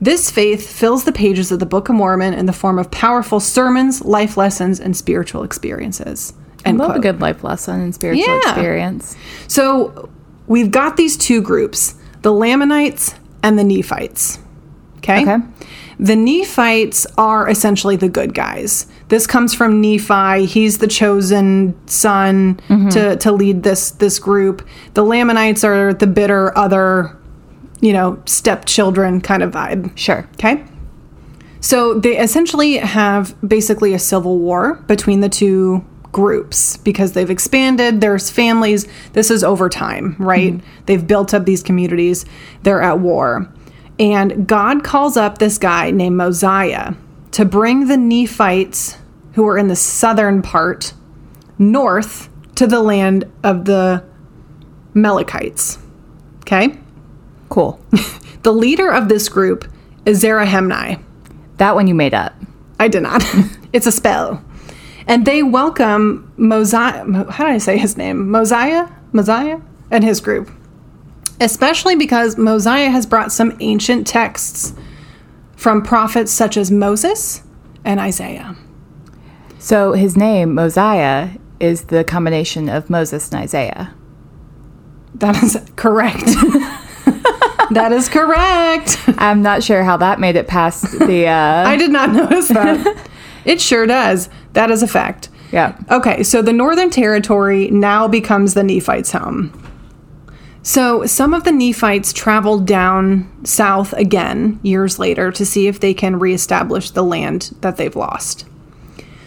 This faith fills the pages of the Book of Mormon in the form of powerful sermons, life lessons, and spiritual experiences. End
Love a
quote.
good life lesson and spiritual
Yeah.
experience.
So we've got these two groups the Lamanites and the Nephites. Okay.
Okay.
The Nephites are essentially the good guys. This comes from Nephi. He's the chosen son to, to lead this this group. The Lamanites are the bitter other, you know, stepchildren kind of vibe.
Sure.
Okay. So they essentially have basically a civil war between the two groups because they've expanded, there's families. This is over time, right? They've built up these communities, they're at war. And God calls up this guy named Mosiah to bring the Nephites, who are in the southern part, north to the land of the Melikites. Okay?
Cool.
The leader of this group is Zarahemni.
that one you made up.
I did not. it's a spell. And they welcome Mosiah. Mo- How did I say his name? Mosiah? Mosiah? And his group. Especially because Mosiah has brought some ancient texts from prophets such as Moses and Isaiah.
So his name, Mosiah, is the combination of Moses and Isaiah.
That is correct. that is correct.
I'm not sure how that made it past the. Uh,
I did not notice that. It sure does. That is a fact.
yeah.
Okay, so the Northern Territory now becomes the Nephites' home. So some of the Nephites traveled down south again years later to see if they can reestablish the land that they've lost.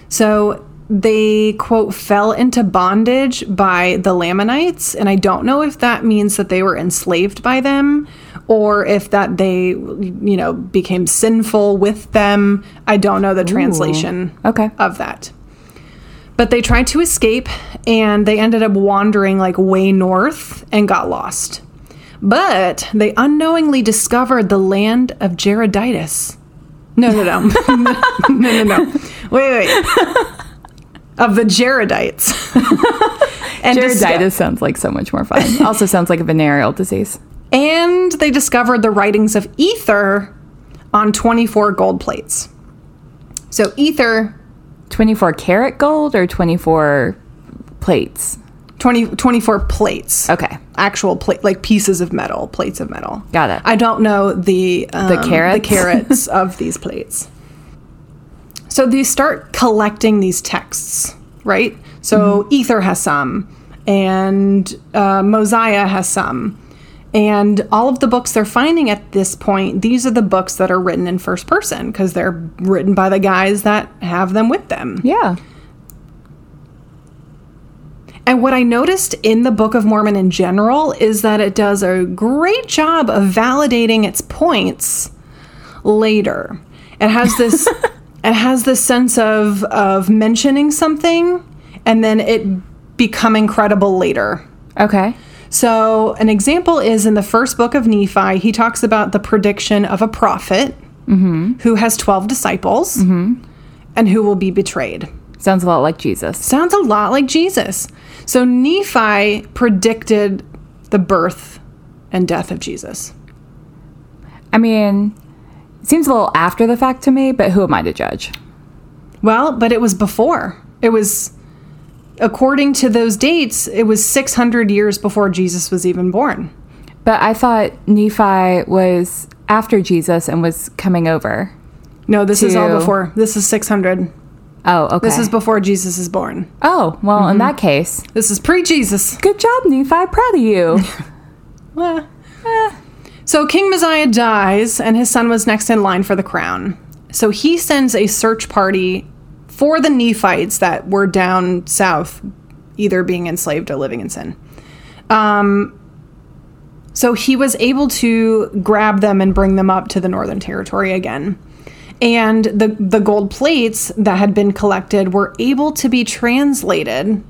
So they, quote, fell into bondage by the Lamanites. And I don't know if that means that they were enslaved by them or if that they, you know, became sinful with them. I don't know the translation
Okay.
of that. But they tried to escape and they ended up wandering like way north and got lost. But they unknowingly discovered the land of Jareditis. No, no, no. no, no, no. Wait, wait. Of the Jaredites. and, disco-
Jareditis sounds like so much more fun. also sounds like a venereal disease.
and they discovered the writings of Ether on 24 gold plates. So, Ether
24 karat gold or 24 plates?
20, 24 plates.
Okay.
Actual plate, like pieces of metal, plates of metal.
Got it.
I don't know the um,
carrots?
carrots of these plates. So they start collecting these texts, right? So
Mm-hmm.
Ether has some, and uh, Mosiah has some. And all of the books they're finding at this point, these are the books that are written in first person because they're written by the guys that have them with them.
Yeah.
And what I noticed in the Book of Mormon in general is that it does a great job of validating its points later. It has this it has this sense of of mentioning something and then it becoming credible later.
Okay.
So, an example is in the first book of Nephi, he talks about the prediction of a prophet who has 12 disciples and who will be betrayed.
Sounds a lot like Jesus.
Sounds a lot like Jesus. So, Nephi predicted the birth and death of Jesus.
I mean, it seems a little after the fact to me, but who am I to judge?
Well, but it was before. It was, according to those dates, it was 600 years before Jesus was even born.
But I thought Nephi was after Jesus and was coming over.
No, this is all
To-
before. This is 600.
Oh, okay.
This is before Jesus is born.
Oh, well,
Mm-hmm.
in that case,
This is pre Jesus.
good job, Nephi. Proud of you.
So King Messiah dies, and his son was next in line for the crown. So he sends a search party for the Nephites that were down south, either being enslaved or living in sin. Um, so he was able to grab them and bring them up to the Northern Territory again. And the, the gold plates that had been collected were able to be translated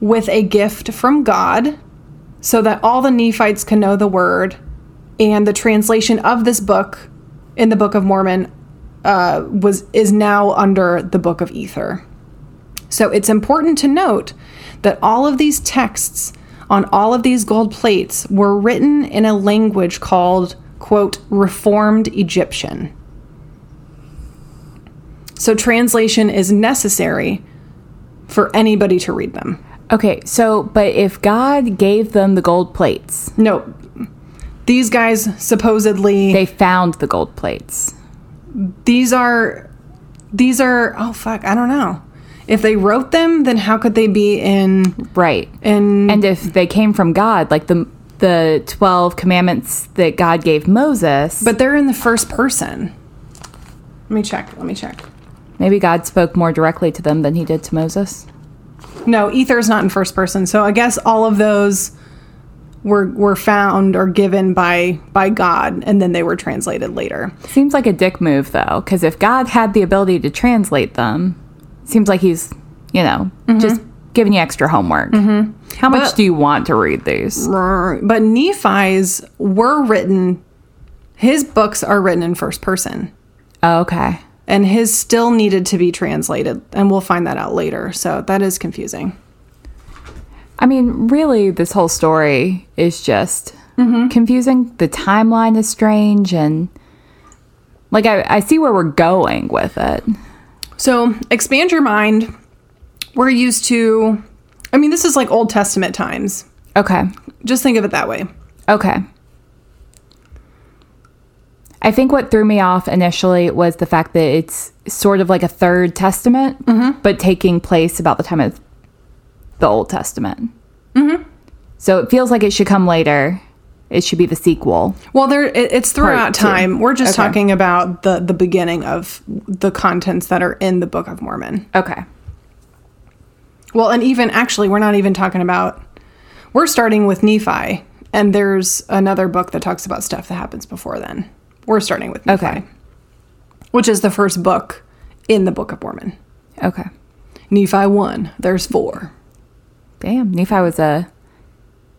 with a gift from God so that all the Nephites can know the word. And the translation of this book in the Book of Mormon uh, was is now under the Book of Ether. So it's important to note that all of these texts on all of these gold plates were written in a language called quote Reformed Egyptian. So translation is necessary for anybody to read them.
Okay, so, but if God gave them the gold plates,
No, these guys supposedly
they found the gold plates.
these are these are oh fuck I don't know if they wrote them then how could they be in
Right.
in
And if they came from God, like the the 12 commandments that God gave Moses,
but they're in the first person. Let me check. Let me check.
maybe God spoke more directly to them than he did to Moses.
No, ether is not in first person. So I guess all of those were were found or given by by God and then they were translated later.
Seems like a dick move though, cuz if God had the ability to translate them, seems like he's, you know, just giving you extra homework. How much
Mm-hmm. But-
do you want to read these?
But Nephi's were written his books are written in first person.
Okay.
and his still needed to be translated and we'll find that out later so that is confusing
I mean, really, this whole story is just confusing. The timeline is strange, and like I, I see where we're going with it.
so expand your mind we're used to i mean this is like old testament times
Okay.
just think of it that way
Okay. I think what threw me off initially was the fact that it's sort of like a third testament, but taking place about the time of the Old Testament. Mm-hmm. So it feels like it should come later. It should be the sequel.
well there it, it's throughout
two.
time we're just
Okay.
talking about the the beginning of the contents that are in the book of mormon
Okay.
well and even actually we're not even talking about we're starting with nephi and there's another book that talks about stuff that happens before then we're starting with nephi
Okay.
which is the first book in the Book of Mormon.
Okay.
Nephi 1, there's four.
Damn, Nephi was a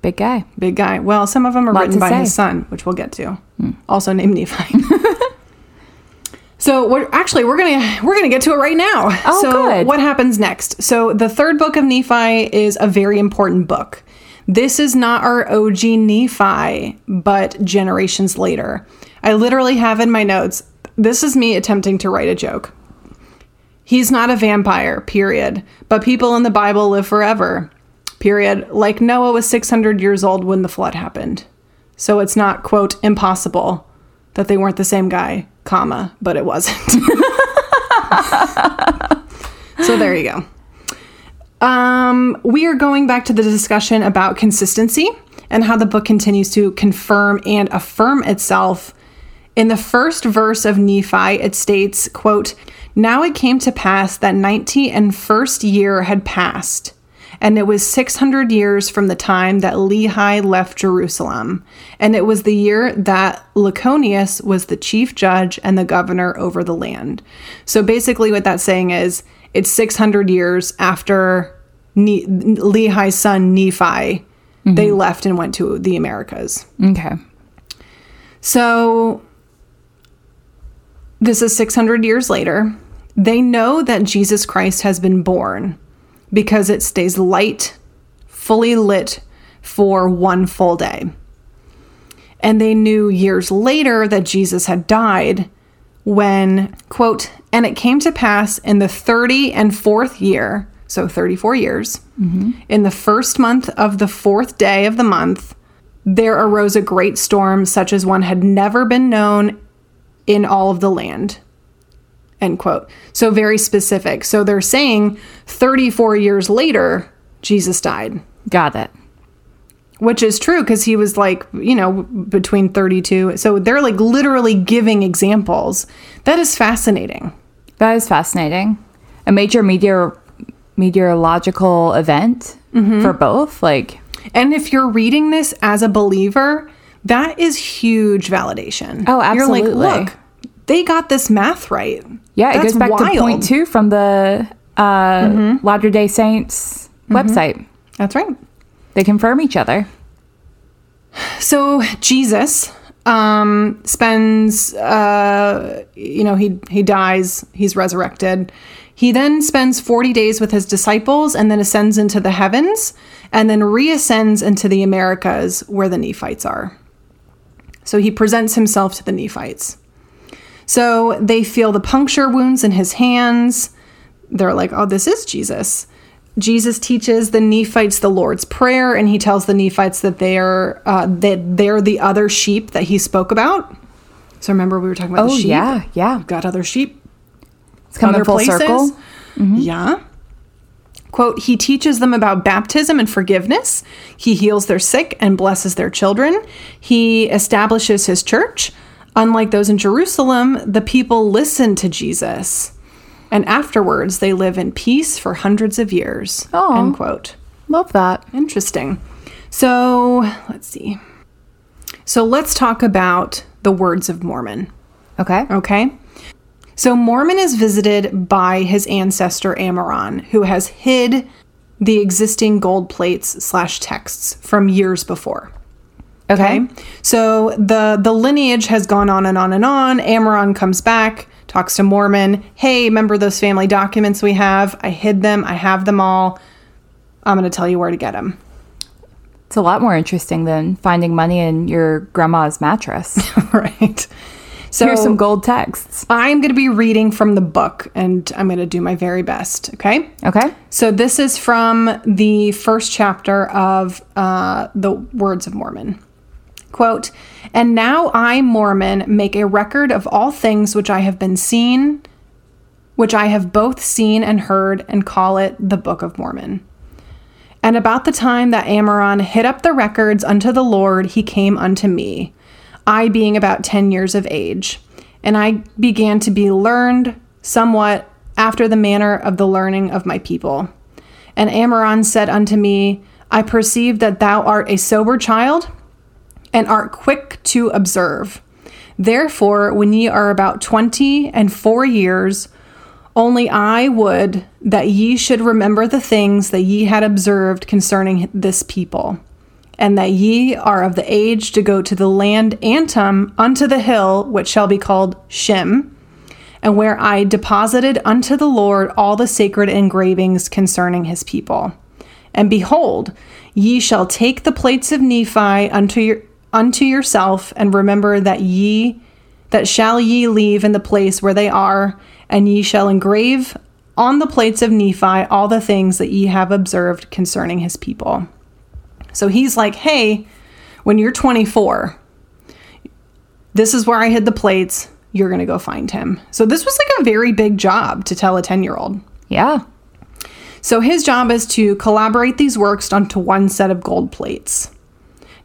big guy.
Big guy. Well, some of them are
Lot
written
to
by
say. Hmm.
his son, which we'll get to. Also named Nephi. so we're actually we're gonna we're gonna get to it right now.
Oh,
so
good.
what happens next? So the third book of Nephi is a very important book. This is not our OG Nephi, but generations later. I literally have in my notes, this is me attempting to write a joke. He's not a vampire, period. But people in the Bible live forever, period. Like Noah was 600 years old when the flood happened. So it's not, quote, impossible that they weren't the same guy, comma, but it wasn't. so there you go. Um, we are going back to the discussion about consistency and how the book continues to confirm and affirm itself. In the first verse of Nephi, it states, quote, Now it came to pass that ninety and first year had passed, and it was six hundred years from the time that Lehi left Jerusalem, and it was the year that Laconius was the chief judge and the governor over the land. So basically, what that's saying is it's six hundred years after ne- Lehi's son Nephi. They left and went to the Americas.
Okay.
So this is 600 years later. They know that Jesus Christ has been born because it stays light, fully lit for one full day. And they knew years later that Jesus had died when, quote, and it came to pass in the 30 and fourth year, so 34 years, in the first month of the fourth day of the month, there arose a great storm such as one had never been known in all of the land end quote so very specific so they're saying 34 years later jesus died
Got it.
which is true because he was like you know between 32 so they're like literally giving examples that is fascinating
That is fascinating. A major meteor meteorological event for both. Like
and if you're reading this as a believer that is huge validation
Oh,
you're
absolutely.
like look they got this math right
yeah, it
That's
goes back to
wild.
point two from the uh, Latter Day Saints website.
that's right
They confirm each other.
so Jesus um, spends, uh, you know, he he dies, he's resurrected. He then spends forty days with his disciples, and then ascends into the heavens, and then reascends into the Americas, where the Nephites are. So he presents himself to the Nephites. So they feel the puncture wounds in his hands. They're like, oh, this is Jesus. Jesus teaches the Nephites the Lord's Prayer, and he tells the Nephites that they are uh, that they're the other sheep that he spoke about. So remember, we were talking about
Oh,
the sheep.
yeah, yeah.
We've got other sheep
It's coming
other
full
places. Mm-hmm.
circle.
Yeah. Quote, he teaches them about baptism and forgiveness. He heals their sick and blesses their children. He establishes his church. Unlike those in Jerusalem, the people listen to Jesus. And afterwards, they live in peace for hundreds of years.
Aw.
End quote.
Love that.
Interesting. So let's see. So let's talk about the words of Mormon.
Okay.
Okay. So Mormon is visited by his ancestor Amaron, who has hid the existing gold plates slash texts from years before.
Okay.
So the the lineage has gone on and on and on. Amaron comes back, talks to Mormon. Hey, remember those family documents we have? I hid them. I have them all. I'm going to tell you where to get them.
It's a lot more interesting than finding money in your grandma's mattress.
right. So
Here's some gold texts.
I'm going to be reading from the book, and I'm going to do my very best. Okay.
Okay.
So this is from the first chapter of uh, the Words of Mormon. Quote, and now I, Mormon, make a record of all things which I have been seen, which I have both seen and heard, and call it the Book of Mormon. And about the time that Amaron hid up the records unto the Lord, he came unto me, I being about 10 years of age. And I began to be learned somewhat after the manner of the learning of my people. And Amaron said unto me, I perceive that thou art a sober child and art quick to observe. Therefore, when ye are about twenty and four years, only I would that ye should remember the things that ye had observed concerning this people, and that ye are of the age to go to the land Antum unto the hill which shall be called Shem, and where I deposited unto the Lord all the sacred engravings concerning his people. And behold, ye shall take the plates of Nephi unto your unto yourself, and remember that ye that shall ye leave in the place where they are, and ye shall engrave on the plates of Nephi all the things that ye have observed concerning his people. So he's like, hey, when you're 24, this is where I hid the plates. You're going to go find him. So this was like a very big job to tell a 10 year old.
Yeah.
So his job is to collaborate these works onto one set of gold plates.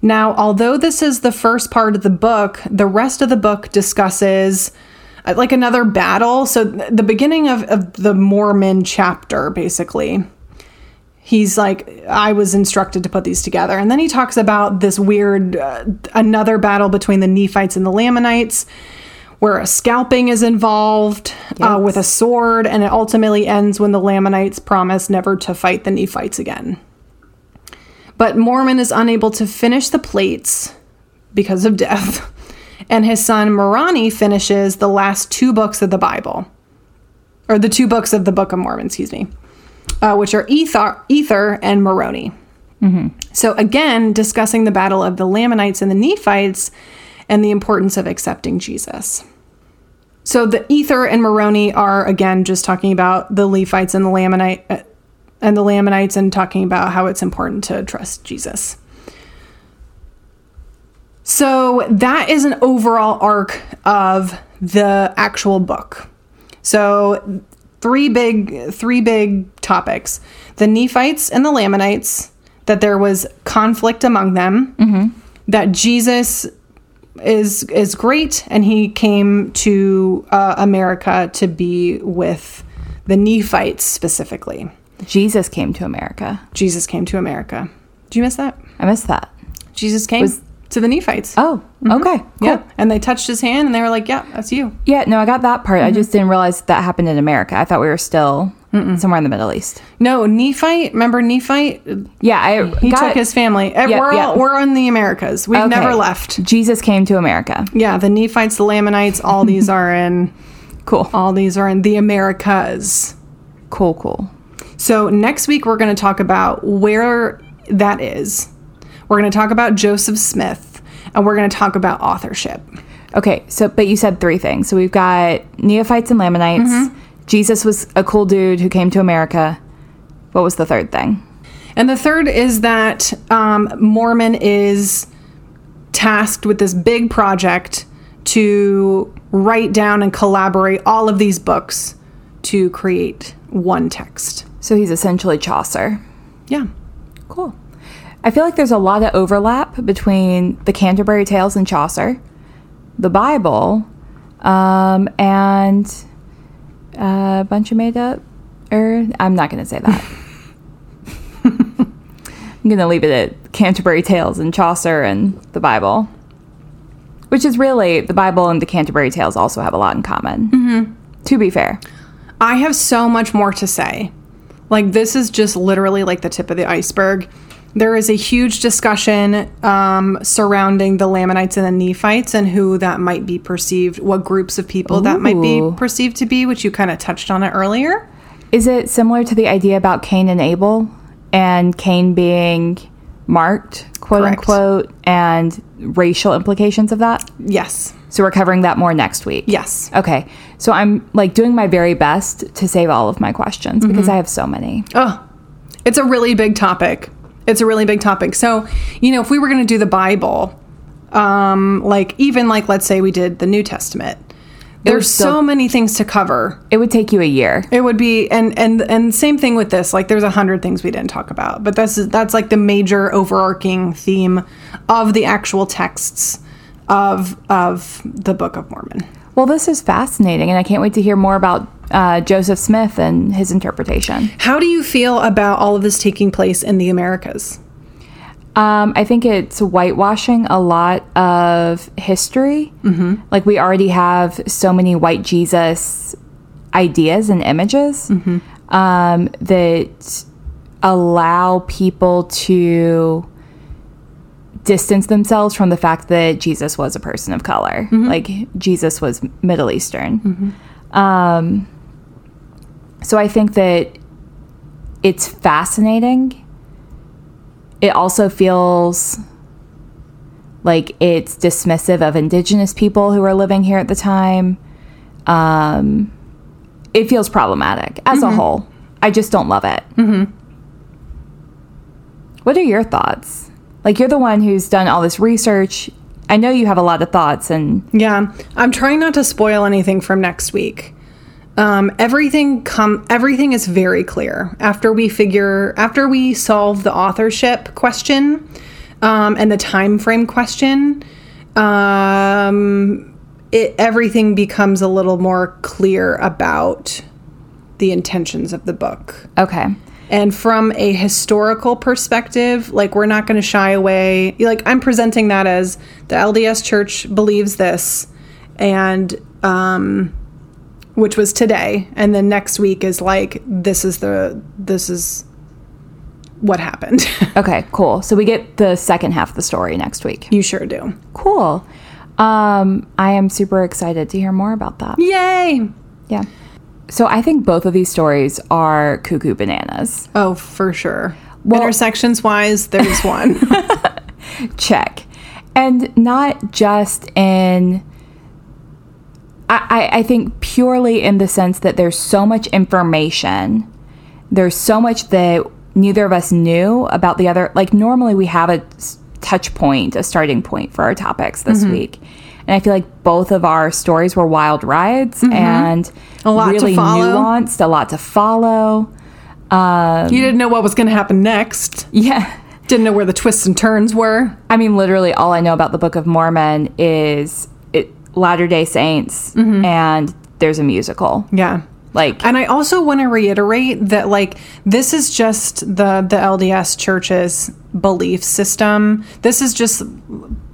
Now, although this is the first part of the book, the rest of the book discusses uh, like another battle. So, th- the beginning of, of the Mormon chapter, basically, he's like, I was instructed to put these together. And then he talks about this weird, uh, another battle between the Nephites and the Lamanites, where a scalping is involved uh, with a sword. And it ultimately ends when the Lamanites promise never to fight the Nephites again. But Mormon is unable to finish the plates because of death. And his son Moroni finishes the last two books of the Bible, or the two books of the Book of Mormon, excuse me, uh, which are Ether, Ether and Moroni. So, again, discussing the battle of the Lamanites and the Nephites and the importance of accepting Jesus. So, the Ether and Moroni are, again, just talking about the Nephites and the Lamanite. uh, and the Lamanites, and talking about how it's important to trust Jesus. So that is an overall arc of the actual book. So three big three big topics: the Nephites and the Lamanites. That there was conflict among them. That Jesus is is great, and he came to uh, America to be with the Nephites specifically.
Jesus came to America.
Jesus came to America. Did you miss that?
I missed that.
Jesus came to the Nephites.
Oh, okay. Cool.
Mm-hmm. Yeah, and they touched his hand, and they were like, "Yeah, that's you."
Yeah, no, I got that part.
Mm-hmm.
I just didn't realize that happened in America. I thought we were still somewhere in the Middle East.
No, Nephite. Remember Nephite?
Yeah, I
He
got
took his family. Eh,
Yeah,
we're
yeah.
all, we're in the Americas. We've
okay.
never left.
Jesus came to America.
Yeah, the Nephites, the Lamanites, all these are in.
Cool.
All these are in the Americas.
Cool, cool.
So next week we're going to talk about where that is. We're going to talk about Joseph Smith, and we're going to talk about authorship.
Okay, so but you said three things. So we've got Neophytes and Lamanites.
Mm-hmm.
Jesus was a cool dude who came to America. What was the third thing?
And the third is that um, Mormon is tasked with this big project to write down and collaborate all of these books to create one text.
So he's essentially Chaucer.
Yeah.
Cool. I feel like there's a lot of overlap between the Canterbury Tales and Chaucer, the Bible, um, and a bunch of made up. Or I'm not going to say that. I'm going to leave it at Canterbury Tales and Chaucer and the Bible, which is really the Bible and the Canterbury Tales also have a lot in common. Mm-hmm. To be fair,
I have so much more to say. Like, this is just literally like the tip of the iceberg. There is a huge discussion um, surrounding the Lamanites and the Nephites and who that might be perceived, what groups of people that might be
Ooh.
perceived to be, which you kind of touched on it earlier.
Is it similar to the idea about Cain and Abel and Cain being marked, quote
Correct.
unquote, and racial implications of that?
Yes.
So we're covering that more next week.
Yes.
Okay. So I'm like doing my very best to save all of my questions because I have so many.
Mm-hmm. Oh, it's a really big topic. It's a really big topic. So, you know, if we were going to do the Bible, um, like even like let's say we did the New Testament, there's
still-
so many things to cover.
It would take you a year.
It would be and and and same thing with this. Like there's a hundred things we didn't talk about, but that's that's like the major overarching theme of the actual texts of of the Book of Mormon.
Well, this is fascinating, and I can't wait to hear more about uh, Joseph Smith and his interpretation.
How do you feel about all of this taking place in the Americas?
Um, I think it's whitewashing a lot of history. Mm-hmm. Like we already have so many white Jesus ideas and images um, that allow people to distance themselves from the fact that Jesus was a person of color. Like Jesus was Middle Eastern. Um, so I think that it's fascinating it also feels like it's dismissive of indigenous people who were living here at the time. Um, it feels problematic as a whole. I just don't love it. Mm-hmm. What are your thoughts? Like, you're the one who's done all this research. I know you have a lot of thoughts, and
Yeah, I'm trying not to spoil anything from next week. Um, everything come everything is very clear after we figure after we solve the authorship question um, and the time frame question. Um, it everything becomes a little more clear about the intentions of the book.
Okay.
And from a historical perspective, like we're not going to shy away. Like I'm presenting that as the LDS Church believes this, and um, which was today, and then next week is like this is the this is what happened.
Okay, cool. So we get the second half of the story next week.
you sure do.
Cool. Um, I am super excited to hear more about that.
Yay!
Yeah. So I think both of these stories are cuckoo bananas.
Oh, for sure.
Well-
Intersections wise, there's one.
Check. And not just in I, I, I think purely in the sense that there's so much information. There's so much that neither of us knew about the other. Like normally we have a s- touch point, a starting point for our topics this
Mm-hmm.
week. And I feel like both of our stories were wild rides and
Mm-hmm. A lot to
really
follow.
nuanced, a lot to follow.
you didn't know what was going to happen next.
Yeah.
Didn't know where the twists and turns were.
I mean, literally, all I know about the Book of Mormon is it Latter Day Saints, and there's a musical.
Mm-hmm. Yeah.
Like,
And I also want to reiterate that like this is just the the LDS church's belief system. This is just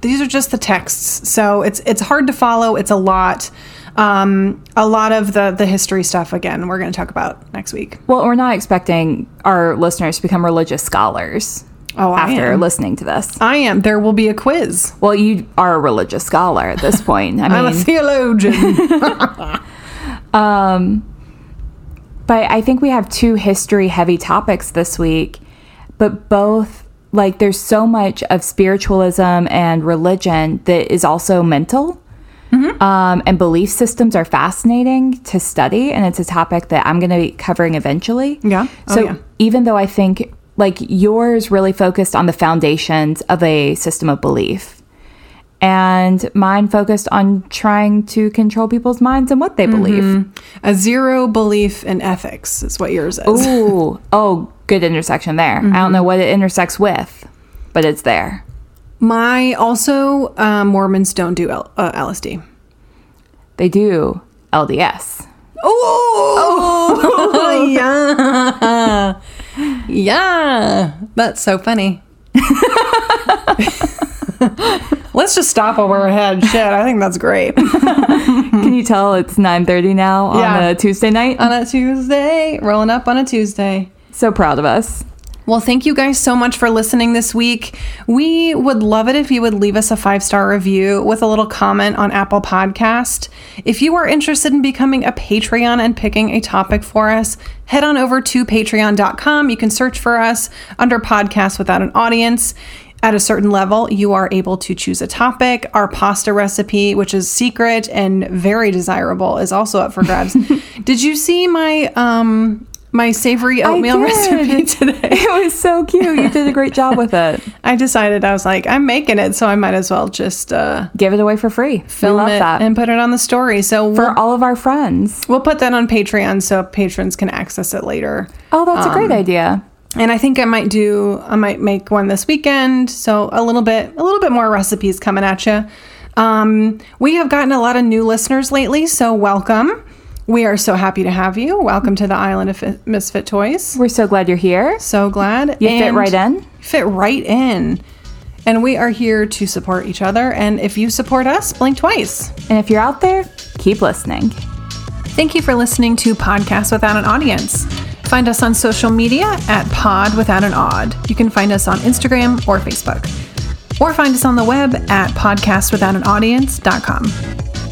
these are just the texts. So it's it's hard to follow. It's a lot um a lot of the the history stuff again we're going to talk about next week.
well, we're not expecting our listeners to become religious scholars
Oh, I
after
am.
listening to this.
I am there will be a quiz.
Well, you are a religious scholar at this point. I
I'm a
mean,
theologian.
but I think we have two history heavy topics this week, but both like there's so much of spiritualism and religion that is also mental.
Mm-hmm.
Um, and belief systems are fascinating to study, and it's a topic that I'm going to be covering eventually.
Yeah. Oh,
so
yeah.
even though I think like yours really focused on the foundations of a system of belief, and mine focused on trying to control people's minds and what they believe.
a zero belief in ethics is what yours is.
Ooh, oh, good intersection there. I don't know
Mm-hmm.
what it intersects with, but it's there.
My also uh, Mormons don't do L- uh, LSD.
They do LDS.
Oh, yeah. Yeah. That's so funny. Let's just stop while we're ahead. Shit, I think that's great.
Can you tell it's 9:30 now on
Mm. Yeah. Uh,
a Tuesday night?
on a Tuesday, rolling up on a Tuesday.
so proud of us.
Well, thank you guys so much for listening this week. We would love it if you would leave us a five star review with a little comment on Apple Podcast. If you are interested in becoming a Patreon and picking a topic for us, head on over to patreon.com. You can search for us under Podcasts Without an Audience. At a certain level, you are able to choose a topic. Our pasta recipe, which is secret and very desirable, is also up for grabs. Did you see my um my savory oatmeal
did.
recipe today?
It was so cute. You did a great job with it.
I decided I was like, I'm making it, so I might as well just uh,
Give it away for free. we
film
love
it
that.
and put it on the story. So we'll,
for all of our friends.
we'll put that on Patreon so patrons can access it later.
Oh, that's a great
Um,
idea.
And I think I might do, I might make one this weekend. So a little bit, a little bit more recipes coming at you. Um, we have gotten a lot of new listeners lately, so welcome. We are so happy to have you. Welcome to the island of Fi- Misfit Toys.
We're so glad you're here.
So glad
You fit right in.
fit right in. And we are here to support each other. And if you support us, blink twice.
And if you're out there, keep listening.
Thank you for listening to Podcast Without an Audience. Find us on social media at Pod Without an Odd. You can find us on Instagram or Facebook. Or find us on the web at podcastwithoutanaudience.com.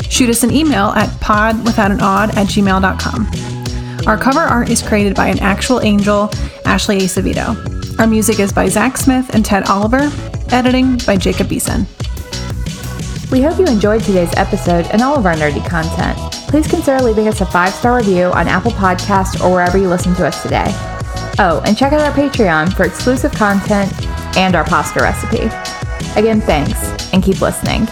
Shoot us an email at podwithoutanod at gmail.com. Our cover art is created by an actual angel, Ashley Acevedo. Our music is by Zach Smith and Ted Oliver. Editing by Jacob Beeson.
We hope you enjoyed today's episode and all of our nerdy content. Please consider leaving us a five star review on Apple Podcasts or wherever you listen to us today. Oh, and check out our Patreon for exclusive content and our pasta recipe. Again, thanks and keep listening.